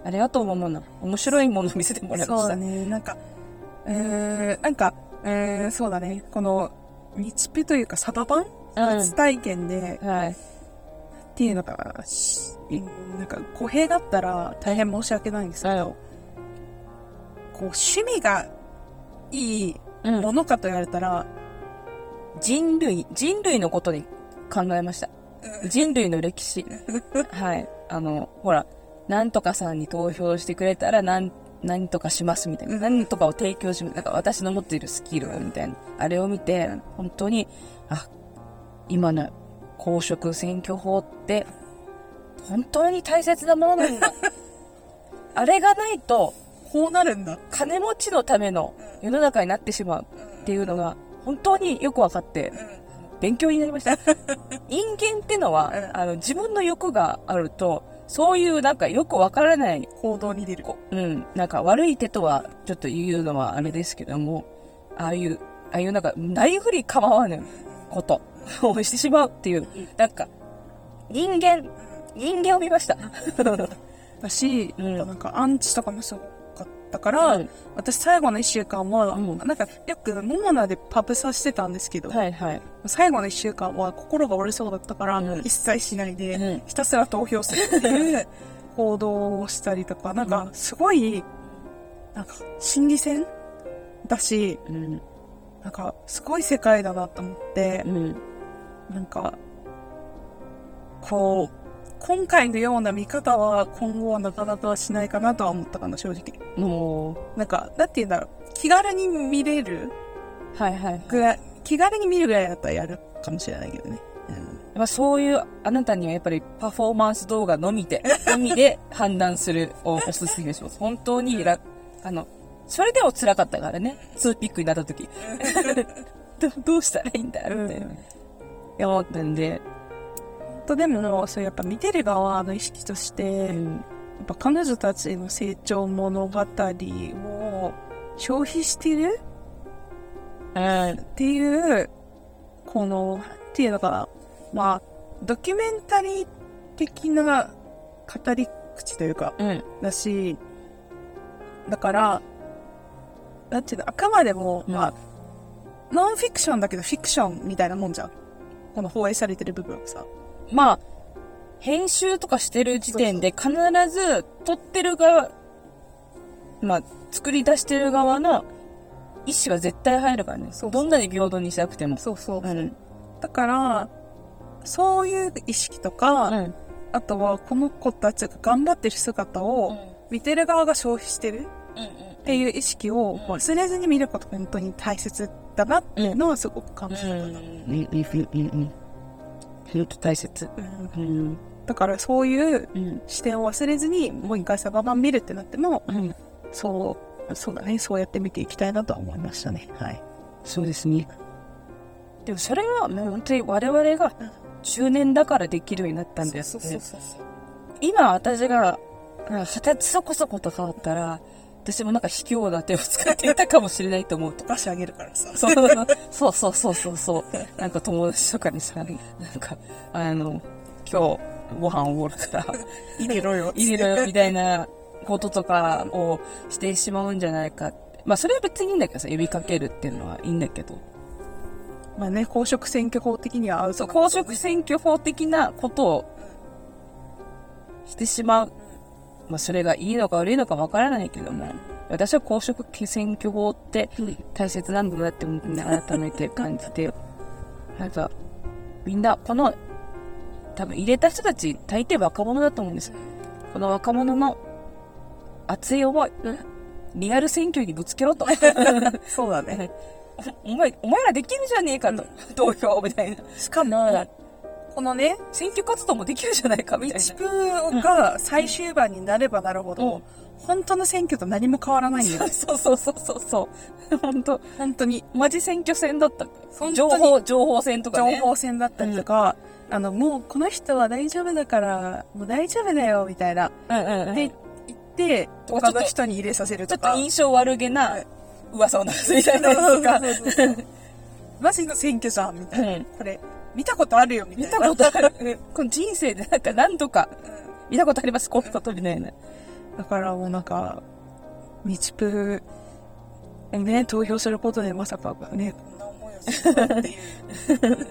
[SPEAKER 2] ありがとう、ママな。面白いもの見せてもらい
[SPEAKER 1] そう
[SPEAKER 2] まし
[SPEAKER 1] だ
[SPEAKER 2] た。
[SPEAKER 1] ね。なんか、うーん、なんか、うーん、そうだね。この、日ペというか、サバ版初体験で、
[SPEAKER 2] はい。
[SPEAKER 1] っていうのが、しなんか、語弊だったら大変申し訳ないんですけど、こう、趣味がいい
[SPEAKER 2] うん
[SPEAKER 1] ものかと言われたら、
[SPEAKER 2] 人類、人類のことに考えました。人類の歴史。はい。あの、ほら、なんとかさんに投票してくれたら、なん、何とかしますみたいな。何とかを提供します。なんか私の持っているスキルをみたいな。あれを見て、本当に、あ、今の公職選挙法って、本当に大切なものなんだ。あれがないと、
[SPEAKER 1] こうなるんだ。
[SPEAKER 2] 金持ちのための世の中になってしまうっていうのが、本当によく分かって、勉強になりました。人間ってのは、
[SPEAKER 1] うん
[SPEAKER 2] あの、自分の欲があると、そういうなんかよくわからない
[SPEAKER 1] 行動に出る。
[SPEAKER 2] うん、なんか悪い手とはちょっと言うのはあれですけども、ああいう、ああいうなんか、ないふり構わぬことをしてしまうっていう、なんか、人間、人間を見ま した。
[SPEAKER 1] だし、
[SPEAKER 2] うん
[SPEAKER 1] なんかアンチとかもすごかったから、
[SPEAKER 2] うん
[SPEAKER 1] 私最後の1週間は、
[SPEAKER 2] うん
[SPEAKER 1] なんかよくモーナでパブさしてたんですけど、
[SPEAKER 2] はいはい。
[SPEAKER 1] 最後の1週間は心が折れそうだったから、
[SPEAKER 2] うん
[SPEAKER 1] 一切しないで、
[SPEAKER 2] うん
[SPEAKER 1] ひたすら投票するっていう行動をしたりとか、なんかすごい、なんか心理戦だし、
[SPEAKER 2] うん、
[SPEAKER 1] なんかすごい世界だなと思って
[SPEAKER 2] う、ん、
[SPEAKER 1] なんか、こう、今回のような見方は今後はなかなかしないかなとは思ったかな、正直。
[SPEAKER 2] も
[SPEAKER 1] なんか、なんて言うんだろう。気軽に見れる
[SPEAKER 2] う、はいはい。
[SPEAKER 1] ぐらい、気軽に見るぐらいだったらやるかもしれないけどね。
[SPEAKER 2] まあ、そういうあなたにはやっぱりパフォーマンス動画のみで、のみで判断するをおすすめします。本当にら、あの、それでも辛かったからね。ツーピックになった時。ど どうしたらいいんだろうって思ったんで。
[SPEAKER 1] とでも、そうやっぱ見てる側の意識として、
[SPEAKER 2] う
[SPEAKER 1] や
[SPEAKER 2] ん。
[SPEAKER 1] っぱ彼女たちの成長物語を消費してる
[SPEAKER 2] うん。
[SPEAKER 1] っていう、この、なんていうのかな、まあ、ドキュメンタリー的な語り口というか、
[SPEAKER 2] うん。
[SPEAKER 1] だし、だから、なんていうの、あくまでも、
[SPEAKER 2] うん
[SPEAKER 1] まあ、ノンフィクションだけどフィクションみたいなもんじゃん。この放映されてる部分はさ。
[SPEAKER 2] まあ、編集とかしてる時点で必ず撮ってる側、まあ、作り出してる側の意思は絶対入るからね。
[SPEAKER 1] そう
[SPEAKER 2] どんなに平等にしなくても。
[SPEAKER 1] そうそう
[SPEAKER 2] うん。
[SPEAKER 1] だから、そういう意識とか、
[SPEAKER 2] うん。
[SPEAKER 1] あとはこの子たちが頑張ってる姿を見てる側が消費してるっていう意識を
[SPEAKER 2] うん
[SPEAKER 1] 忘れずに見ることが本当に大切だなっていうのはすごく感じたかな。
[SPEAKER 2] 本当大切。
[SPEAKER 1] うん
[SPEAKER 2] うん。
[SPEAKER 1] だからそういう
[SPEAKER 2] うん。
[SPEAKER 1] 視点を忘れずにもう一回サバマン見るってなっても、
[SPEAKER 2] うん。
[SPEAKER 1] そう、そうだね、そうやって見ていきたいなとは思いましたね。はい。
[SPEAKER 2] そうですね。でもそれは、もう本当に我々が中年だからできるようになったんです、ね。
[SPEAKER 1] そう
[SPEAKER 2] 今私が、うん二十歳そこそことかだったら、私もなんか卑怯な手を使っていたかもしれないと思うと。
[SPEAKER 1] 菓子あげるからさ。
[SPEAKER 2] そうそうそうそうそうそう。なんか友達とかにさ、なんか、あの、今日ご飯おごるから、
[SPEAKER 1] 入れろよ。
[SPEAKER 2] いろいろみたいなこととかをしてしまうんじゃないかって。まあそれは別にいいんだけどさ、呼びかけるっていうのはいいんだけど。
[SPEAKER 1] まあね、公職選挙法的には合う
[SPEAKER 2] そ
[SPEAKER 1] と
[SPEAKER 2] う、公職選挙法的なことをしてしまう。まあ、それがいいのか悪いのかわからないけども、私は公職選挙法って大切なんだなって思って改めて感じて、なんか、みんな、この、多分入れた人たち、大抵若者だと思うんです。この若者の熱い思い、リアル選挙にぶつけろと。
[SPEAKER 1] そうだね。
[SPEAKER 2] お前、お前らできるじゃねえかと。投票みたいな。
[SPEAKER 1] しかも、このね、
[SPEAKER 2] 選挙活動もできるじゃないかみたい
[SPEAKER 1] 一
[SPEAKER 2] な。
[SPEAKER 1] プが最終盤になればなるほど、
[SPEAKER 2] うん
[SPEAKER 1] 本当の選挙と何も変わらないんだよ。
[SPEAKER 2] そうそうそうそうそう。本当
[SPEAKER 1] 本当に。
[SPEAKER 2] マジ選挙戦だった
[SPEAKER 1] 当。に
[SPEAKER 2] 情報、情報戦とか
[SPEAKER 1] 情
[SPEAKER 2] ね。
[SPEAKER 1] 報戦だったりとか、あの、もうこの人は大丈夫だから、もう大丈夫だよ、みたいな。
[SPEAKER 2] うんうんうん。
[SPEAKER 1] で、
[SPEAKER 2] ち
[SPEAKER 1] 行って、
[SPEAKER 2] と
[SPEAKER 1] 他の人に入れさせる
[SPEAKER 2] ょ
[SPEAKER 1] と
[SPEAKER 2] っと
[SPEAKER 1] か。
[SPEAKER 2] 印象悪げな噂を流すみたいなやつとか。
[SPEAKER 1] マジの選挙じゃん、みたいな。
[SPEAKER 2] うん
[SPEAKER 1] これ、見たことあるよ、みたい
[SPEAKER 2] 見
[SPEAKER 1] な。
[SPEAKER 2] たことある。この人生でなんか何とか、見たことありますこういうことみたいな。
[SPEAKER 1] だからもうなんか、ミチプーね、投票することでまさかね、こんな思いをするっていう。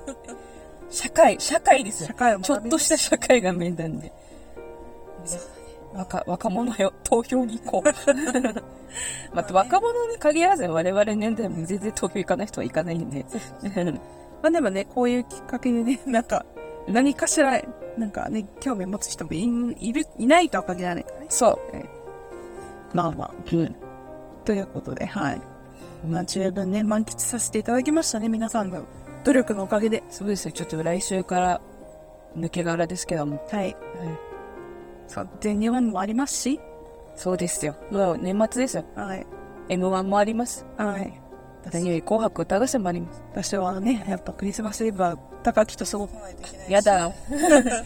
[SPEAKER 2] 社会、社会ですよ。
[SPEAKER 1] 社会を学び
[SPEAKER 2] ちょっとした社会が見えたんで。若、若者よ、投票に行こ う。また若者に限らず我々年代も全然投票行かない人は行かないんで。
[SPEAKER 1] まあでもね、こういうきっかけでね、 なんか、何かしら、なんかね、興味持つ人もいんいる、いないとは限らないからね。
[SPEAKER 2] そう。
[SPEAKER 1] まあまあ。ということで、はい。まあ十分ね、満喫させていただきましたね、皆さんの努力のおかげで。
[SPEAKER 2] そうですよ。ちょっと来週から抜け殻ですけども。
[SPEAKER 1] はい。
[SPEAKER 2] はい。
[SPEAKER 1] そう、全日本もありますし。
[SPEAKER 2] そうですよ。もう年末ですよ。
[SPEAKER 1] はい。
[SPEAKER 2] M1 もあります。
[SPEAKER 1] はい。
[SPEAKER 2] 何より紅白歌合戦もあります。
[SPEAKER 1] 私はね、やっぱクリスマスイブは高木と過ごさないといけないし
[SPEAKER 2] や。だ。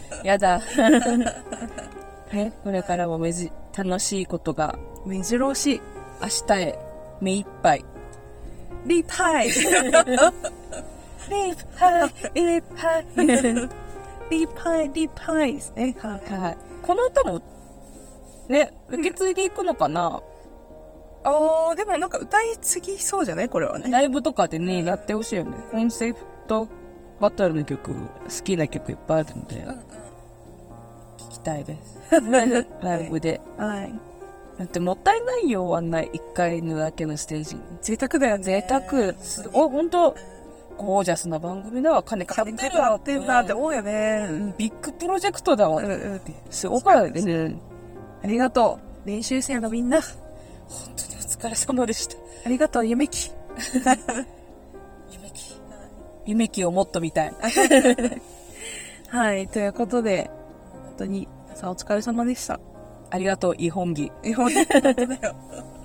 [SPEAKER 2] やだ。 はい。これからもめじ、楽しいことが
[SPEAKER 1] 目白押し。
[SPEAKER 2] 明日へ目いっぱい。
[SPEAKER 1] リーパイリーパイリーパイリーパイリーパイですね。はい。
[SPEAKER 2] はい。この歌も、ね、受け継いでいくのかな、
[SPEAKER 1] あー、でもなんか歌い継ぎそうじゃないこれはね。
[SPEAKER 2] ライブとかでね、やってほしいよね。コンセプトバトルの曲、好きな曲いっぱいあるので、聞きたい です。ライブで。
[SPEAKER 1] はい。
[SPEAKER 2] だってもったいないよ、あんな一回のだけのステージに。
[SPEAKER 1] 贅沢だよね。
[SPEAKER 2] 贅沢。すお、ほんと、ゴージャスな番組だわ。金かかって
[SPEAKER 1] 金
[SPEAKER 2] る
[SPEAKER 1] かか
[SPEAKER 2] わ。
[SPEAKER 1] ってんなって思うよね。
[SPEAKER 2] ビッグプロジェクトだわ
[SPEAKER 1] うん。うん。
[SPEAKER 2] すごかったですね。
[SPEAKER 1] ありがとう。練習生のみんな。
[SPEAKER 2] 本当にお疲れ様でした。
[SPEAKER 1] ありがとう、ゆめき。
[SPEAKER 2] 夢木。夢木をもっと見たい。
[SPEAKER 1] はい、ということで、本当に皆さんお疲れ様でした。
[SPEAKER 2] ありがとう、イ本木。
[SPEAKER 1] 日本人だよ。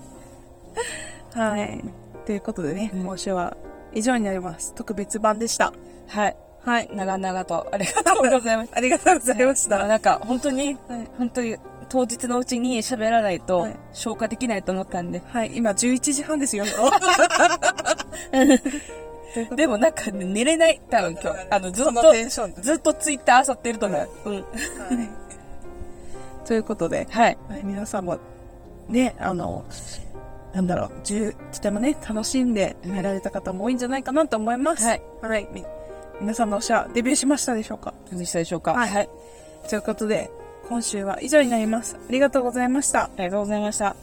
[SPEAKER 1] はい。ということでね、今週は以上になります。特別版でした。
[SPEAKER 2] はい。
[SPEAKER 1] はい。
[SPEAKER 2] 長々と、ありがとうござい ます。
[SPEAKER 1] ありがとうございまし
[SPEAKER 2] あ
[SPEAKER 1] た。
[SPEAKER 2] なんか本当に、
[SPEAKER 1] はい
[SPEAKER 2] 本当に当日のうちに喋らないと
[SPEAKER 1] はい
[SPEAKER 2] 消化できないと思ったんで、
[SPEAKER 1] はい、今11時半です よ。
[SPEAKER 2] でもなんかね、寝れない多分今日あのずっ
[SPEAKER 1] そのテンション
[SPEAKER 2] とずっとツイッター漁ってると思う、うん、
[SPEAKER 1] はいということで、
[SPEAKER 2] はい
[SPEAKER 1] はい皆さんも、ね、あの、なんだろう、じゅとてもね、楽しんで見られた方も多いんじゃないかなと思います。
[SPEAKER 2] はい。
[SPEAKER 1] はい。み皆さんのおしゃ、デビューしましたでしょうか
[SPEAKER 2] どうでしたでしょうか
[SPEAKER 1] はい
[SPEAKER 2] はい、
[SPEAKER 1] ということで、今週は以上になります。ありがとうございました。
[SPEAKER 2] ありがとうございました